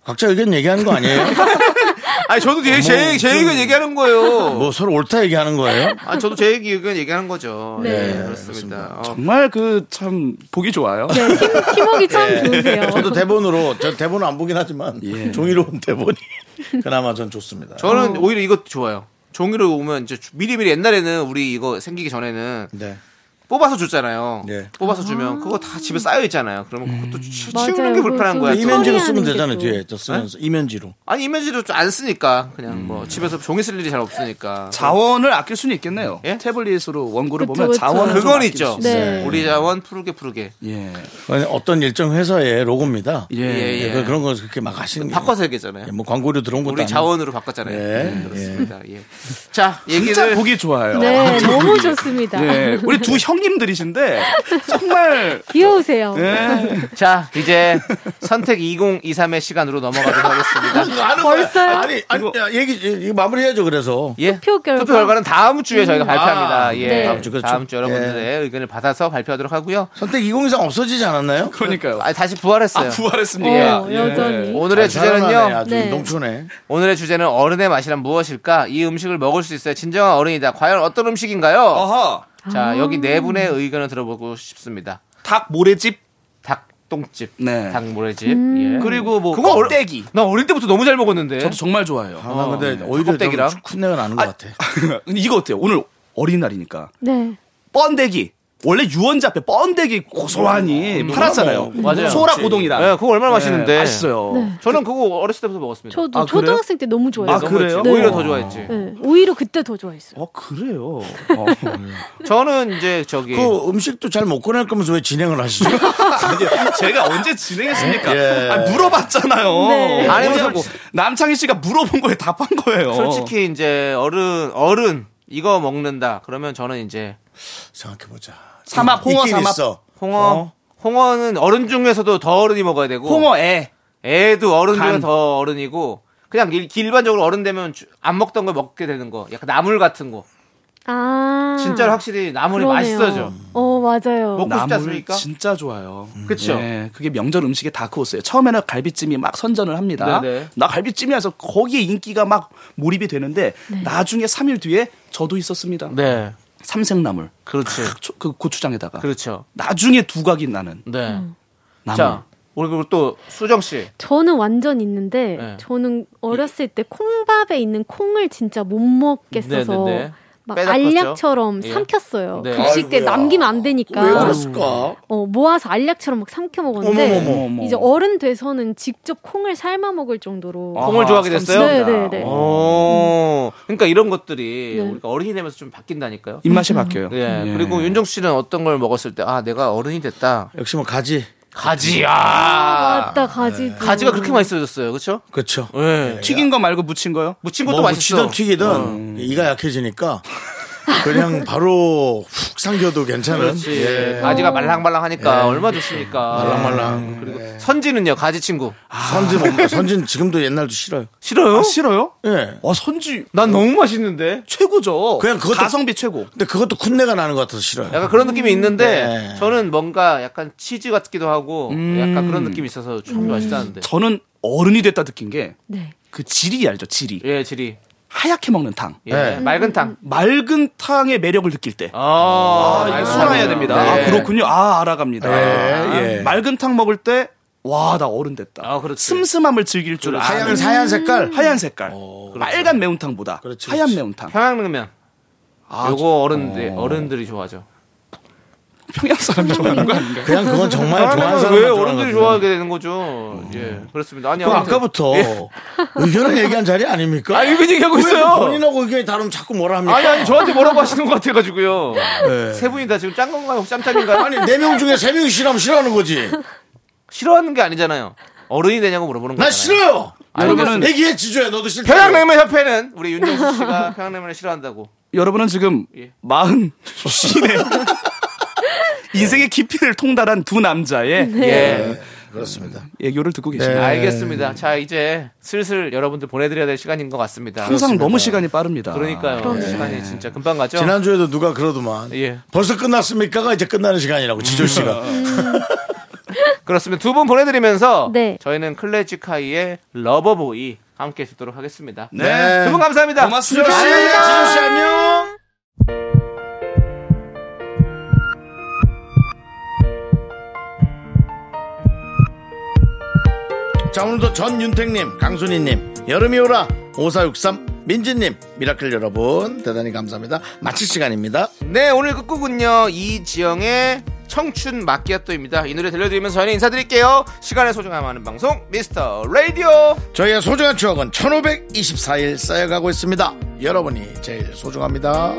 Speaker 1: 각자 의견 얘기하는 거 아니에요?
Speaker 2: 아니 저도 제, 제, 제 얘기는 얘기하는 거예요.
Speaker 1: 뭐 서로 옳다 얘기하는 거예요?
Speaker 2: 아 저도 제 얘기 의견 얘기하는 거죠.
Speaker 8: 네.
Speaker 2: 예, 그렇습니다. 어,
Speaker 7: 정말 그 참 보기 좋아요.
Speaker 8: 네, 팀, 팀워크 참 좋으세요.
Speaker 1: 저도 대본으로, 저 대본은 안 보긴 하지만 종이로 온 대본이 그나마 전 좋습니다.
Speaker 2: 예. 저는 오히려 이것도 좋아요. 종이로 오면 이제 주- 미리미리 옛날에는 우리 이거 생기기 전에는
Speaker 1: 네.
Speaker 2: 뽑아서 줬잖아요.
Speaker 1: 예.
Speaker 2: 뽑아서 주면 그거 다 집에 쌓여 있잖아요. 그러면 그것도 치,
Speaker 8: 맞아요.
Speaker 2: 우는게 불편한
Speaker 8: 그거
Speaker 2: 거야.
Speaker 8: 좀
Speaker 2: 또.
Speaker 1: 이면지로
Speaker 8: 처리하는
Speaker 1: 쓰면
Speaker 8: 게
Speaker 1: 되잖아요,
Speaker 8: 또.
Speaker 1: 뒤에. 저 쓰면서. 이면지로.
Speaker 2: 아니 이면지도 좀 안 쓰니까 그냥 뭐 집에서 종이 쓸 일이 잘 없으니까.
Speaker 7: 자원을 아낄 수는 있겠네요.
Speaker 2: 예?
Speaker 7: 태블릿으로 원고를
Speaker 8: 그쵸,
Speaker 7: 보면
Speaker 8: 그쵸.
Speaker 7: 자원을 좀
Speaker 2: 그건
Speaker 7: 아낄
Speaker 2: 있죠.
Speaker 7: 수 있어요.
Speaker 8: 네.
Speaker 2: 우리 자원 푸르게 푸르게
Speaker 7: 예.
Speaker 1: 아니, 어떤 일정 회사의 로고입니다.
Speaker 7: 예.
Speaker 2: 예, 예.
Speaker 1: 예, 그- 그런 거 그렇게 막 하시는 게.
Speaker 2: 바꿔서 얘기잖아요.
Speaker 1: 예, 뭐 광고료 들어온 것도
Speaker 2: 우리
Speaker 1: 아니고.
Speaker 2: 자원으로 바꿨잖아요.
Speaker 1: 예.
Speaker 2: 네, 그렇습니다. 예. 자,
Speaker 7: 진짜
Speaker 2: 얘기를
Speaker 7: 보기 좋아요.
Speaker 8: 네, 너무 좋습니다.
Speaker 7: 예. 우리 두 형님들이신데 정말
Speaker 8: 귀여우세요.
Speaker 7: 예.
Speaker 2: 자, 이제 선택 2023의 시간으로 넘어가도록 하겠습니다.
Speaker 8: 벌써요?
Speaker 1: 예, 아니, 아니 야, 얘기 예, 이- 이 마무리해야죠. 그래서
Speaker 2: 예.
Speaker 8: 투표 결과.
Speaker 2: 투표 결과는 다음 주에 저희가 발표합니다. 예.
Speaker 8: 네.
Speaker 2: 다음
Speaker 8: 다음
Speaker 1: 주,
Speaker 2: 주
Speaker 1: 그렇죠.
Speaker 2: 여러분들의
Speaker 7: 예.
Speaker 2: 의견을 받아서 발표하도록 하고요.
Speaker 1: 선택 2023 없어지지 않았나요?
Speaker 7: 그러니까요.
Speaker 2: 아, 다시 부활했어요.
Speaker 7: 아, 부활했습니까?
Speaker 8: 어,
Speaker 7: 예.
Speaker 8: 여전히.
Speaker 2: 오늘의
Speaker 1: 잘 살아나네,
Speaker 2: 주제는요.
Speaker 1: 아주
Speaker 8: 네.
Speaker 1: 농촌에.
Speaker 2: 오늘의 주제는 어른의 맛이란 무엇일까? 이 음식을 먹을 수 있어야 진정한 어른이다. 과연 어떤 음식인가요?
Speaker 7: 어허.
Speaker 2: 자, 여기 네 분의 의견을 들어보고 싶습니다.
Speaker 7: 닭 모래집
Speaker 2: 닭똥집,
Speaker 7: 네.
Speaker 2: 닭모래집,
Speaker 8: 음.
Speaker 2: 예.
Speaker 7: 그리고 뭐
Speaker 2: 그거 어려-
Speaker 7: 껍데기.
Speaker 2: 나 어릴 때부터 너무 잘 먹었는데.
Speaker 7: 저도 정말 좋아해요. 어.
Speaker 1: 아, 나 근데
Speaker 2: 네.
Speaker 1: 오히려
Speaker 2: 껍데기랑?
Speaker 1: 좀 쿤내가 나는 것 같아.
Speaker 7: 근데 이거 어때요? 오늘 어린이날이니까
Speaker 8: 네.
Speaker 7: 뻔데기 원래 유원자 앞에 뻔데기 고소하니
Speaker 2: 음,
Speaker 7: 팔았잖아요.
Speaker 2: 맞아요.
Speaker 7: 소라 고동이랑.
Speaker 2: 예,
Speaker 7: 네,
Speaker 2: 그거 얼마나 맛있는데.
Speaker 7: 맛있어요.
Speaker 2: 저는 그거 어렸을 때부터 먹었습니다.
Speaker 8: 저도
Speaker 7: 아, 그래요?
Speaker 8: 초등학생 때 너무 좋아했어요.
Speaker 7: 아,
Speaker 2: 너무
Speaker 7: 그래요?
Speaker 2: 했지. 오히려
Speaker 8: 네.
Speaker 2: 더 좋아했지.
Speaker 8: 네, 오히려 그때 더 좋아했어요.
Speaker 7: 어 그래요.
Speaker 2: 저는 이제 저기
Speaker 1: 그 음식도 잘 못 꺼낼 거면서 왜 진행을 하시죠?
Speaker 7: 아니, 제가 언제 진행했습니까?
Speaker 1: 예.
Speaker 7: 아니, 물어봤잖아요.
Speaker 8: 네.
Speaker 2: 안 해보자고.
Speaker 7: 왜냐면 남창희 씨가 물어본 거에 답한 거예요.
Speaker 2: 뭐- 솔직히 이제 어른 어른 이거 먹는다. 그러면 저는 이제
Speaker 1: 생각해보자.
Speaker 7: 삼합, 홍어
Speaker 1: 있긴
Speaker 7: 삼합.
Speaker 1: 있어.
Speaker 2: 홍어 홍어는 어른 중에서도 더 어른이 먹어야 되고
Speaker 7: 홍어에
Speaker 2: 애도 어른 중에
Speaker 7: 간.
Speaker 2: 더 어른이고 그냥 일, 일반적으로 어른 되면 주- 안 먹던 걸 먹게 되는 거. 약간 나물 같은 거.
Speaker 8: 아.
Speaker 2: 진짜로 확실히 나물이
Speaker 8: 음. 그러네요.
Speaker 2: 맛있어져. 뭐
Speaker 8: 어, 맞아요.
Speaker 2: 먹고 싶지
Speaker 7: 나물
Speaker 2: 않습니까? 음.
Speaker 7: 진짜 좋아요.
Speaker 2: 그쵸?
Speaker 7: 예, 그게 명절 음식의 다크호스예요. 처음에는 갈비찜이 막 선전을 합니다.
Speaker 2: 네네.
Speaker 7: 나 갈비찜이야 해서 거기에 인기가 막 몰입이 되는데 나중에 3일 뒤에 저도 있었습니다.
Speaker 2: 네.
Speaker 7: 삼색나물.
Speaker 2: 그렇지.
Speaker 7: 탁 초- 그 고추장에다가.
Speaker 2: 그렇죠.
Speaker 7: 나중에 두각이 나는
Speaker 2: 네.
Speaker 8: 음.
Speaker 7: 나물.
Speaker 2: 자, 우리 그리고 또 수정 씨.
Speaker 8: 저는 완전 있는데,
Speaker 2: 네.
Speaker 8: 저는 어렸을 때 콩밥에 있는 콩을 진짜 못 먹겠어서.
Speaker 2: 네, 네, 네.
Speaker 8: 막
Speaker 2: 빼다
Speaker 8: 알약처럼
Speaker 2: 컸죠? 예.
Speaker 8: 삼켰어요.
Speaker 2: 네.
Speaker 8: 급식 때 남기면 안 되니까.
Speaker 1: 왜 그랬을까?
Speaker 8: 어, 모아서 알약처럼 막 삼켜 먹었는데
Speaker 7: 어머머머.
Speaker 8: 이제 어른 돼서는 직접 콩을 삶아 먹을 정도로
Speaker 7: 아,
Speaker 2: 콩을 좋아하게 됐어요?
Speaker 8: 네, 네, 네.
Speaker 2: 오. 그러니까 이런 것들이
Speaker 8: 네.
Speaker 2: 우리가 어른이 되면서 좀 바뀐다니까요.
Speaker 7: 입맛이 바뀌어요.
Speaker 2: 예. 그리고 윤정 씨는 어떤 걸 먹었을 때, 아, 내가 어른이 됐다.
Speaker 1: 역시 뭐 가지.
Speaker 2: 가지야.
Speaker 8: 맞다 가지.
Speaker 2: 가지가 그렇게
Speaker 7: 음.
Speaker 2: 맛있어졌어요. 그렇죠?
Speaker 1: 그렇죠.
Speaker 2: 예.
Speaker 7: 튀긴 거 말고 무친 거요?
Speaker 2: 무친 것도
Speaker 1: 뭐
Speaker 2: 맛있어. 음.
Speaker 1: 묻히든 튀기든 이가 약해지니까 그냥 바로 훅 삼겨도 괜찮은.
Speaker 2: 그렇지.
Speaker 1: 예.
Speaker 2: 가지가
Speaker 7: 예.
Speaker 2: 말랑말랑하니까 얼마 나 좋습니까? 음,
Speaker 1: 말랑말랑. 그리고
Speaker 2: 선지는요, 가지 친구.
Speaker 1: 선진 못- 선진 지금도 옛날도 싫어요.
Speaker 2: 싫어요?
Speaker 7: 아, 싫어요?
Speaker 1: 예.
Speaker 7: 와 선지
Speaker 2: 난 너무 맛있는데.
Speaker 7: 최고죠.
Speaker 1: 그냥 그것도-
Speaker 7: 가성비 최고.
Speaker 1: 근데 그것도 쿤내가 나는 것 같아서 싫어요.
Speaker 2: 약간 그런 느낌이
Speaker 7: 음,
Speaker 2: 있는데
Speaker 1: 네.
Speaker 2: 저는 뭔가 약간 치즈 같기도 하고
Speaker 7: 음.
Speaker 2: 약간 그런 느낌이 있어서 좀 맛있다는데.
Speaker 7: 저는 어른이 됐다 느낀 게 그
Speaker 8: 네.
Speaker 7: 지리 알죠? 지리.
Speaker 2: 예, 지리.
Speaker 7: 하얗게 먹는 탕.
Speaker 2: 예.
Speaker 1: 네.
Speaker 2: 맑은 탕.
Speaker 7: 맑은 탕의 매력을 느낄 때.
Speaker 2: 아,
Speaker 7: 아,
Speaker 2: 맑은
Speaker 7: 이거 순화해야
Speaker 2: 탕이요.
Speaker 7: 됩니다.
Speaker 2: 네.
Speaker 7: 아, 그렇군요. 아, 알아갑니다.
Speaker 1: 예, 예.
Speaker 7: 맑은 탕 먹을 때, 와, 나 어른 됐다.
Speaker 2: 아, 그렇지.
Speaker 7: 슴슴함을 즐길 줄 아는
Speaker 1: 하얀 하얀 색깔.
Speaker 7: 하얀 색깔. 빨간 매운탕보다
Speaker 1: 그렇지,
Speaker 7: 하얀
Speaker 1: 그렇지.
Speaker 7: 매운탕.
Speaker 1: 아, 어.
Speaker 2: 평양냉면. 요거 어른들 어른들이 좋아하죠.
Speaker 7: 평양 사람이 좋아하는 거 아닌가요?
Speaker 1: 그냥 그건 정말 좋아하는 사람.
Speaker 2: 왜 어른들이 좋아하게 되는 거죠? 예, 그렇습니다. 아니,
Speaker 1: 그럼
Speaker 2: 아무튼-
Speaker 1: 아까부터
Speaker 2: 예.
Speaker 1: 의견을 얘기한 자리 아닙니까?
Speaker 2: 아, 이건 얘기하고
Speaker 1: 왜
Speaker 2: 있어요.
Speaker 1: 본인하고 의견이 다르면 자꾸 뭐라 합니까?
Speaker 2: 아니, 아니, 저한테 뭐라고 하시는 것 같아가지고요.
Speaker 1: 네.
Speaker 2: 세 분이 다 지금 짠 건가요? 혹시 짬짬인가요?
Speaker 1: 아니, 네 명 중에 세 명이 싫어하면 싫어하는 거지.
Speaker 2: 싫어하는 게 아니잖아요. 어른이 되냐고 물어보는 거잖아요.
Speaker 1: 난 싫어요!
Speaker 7: 그러면은
Speaker 1: 얘기해, 지조야. 너도 싫다.
Speaker 2: 평양냉면 협회는 우리 윤정수 씨가 평양냉면을 싫어한다고.
Speaker 7: 여러분은 지금
Speaker 2: 예.
Speaker 7: 마흔 시네요. 인생의 깊이를 통달한 두 남자의
Speaker 2: 예. 아,
Speaker 1: 그렇습니다.
Speaker 7: 애교를 듣고 계시네요.
Speaker 2: 알겠습니다. 자, 이제 슬슬 여러분들 보내드려야 될 시간인 것 같습니다.
Speaker 7: 항상 너무 시간이 빠릅니다.
Speaker 2: 그러니까요. 시간이 진짜 금방 가죠?
Speaker 1: 지난주에도 누가 그러더만.
Speaker 2: 예.
Speaker 1: 벌써 끝났습니까가 이제 끝나는 시간이라고,
Speaker 7: 어,
Speaker 1: 지조씨가.
Speaker 2: 그렇습니다. 두 분 보내드리면서
Speaker 8: 네.
Speaker 2: 저희는 클래지카이의 러버보이 함께 듣도록 하겠습니다.
Speaker 7: 네.
Speaker 2: 두 분 감사합니다.
Speaker 7: 고맙습니다.
Speaker 1: 지조씨 안녕! 자 오늘도 전윤택님 강순희님 여름이 오라 5463 민지님 미라클 여러분 대단히 감사합니다 마칠 시간입니다
Speaker 2: 네, 오늘 끝곡은요. 이지영의 청춘 마키아토입니다. 이 노래 들려드리면서 저희는 인사드릴게요. 시간의 소중함 하는 방송 미스터 라디오.
Speaker 1: 저희의 소중한 추억은 1524일 쌓여가고 있습니다 여러분이 제일 소중합니다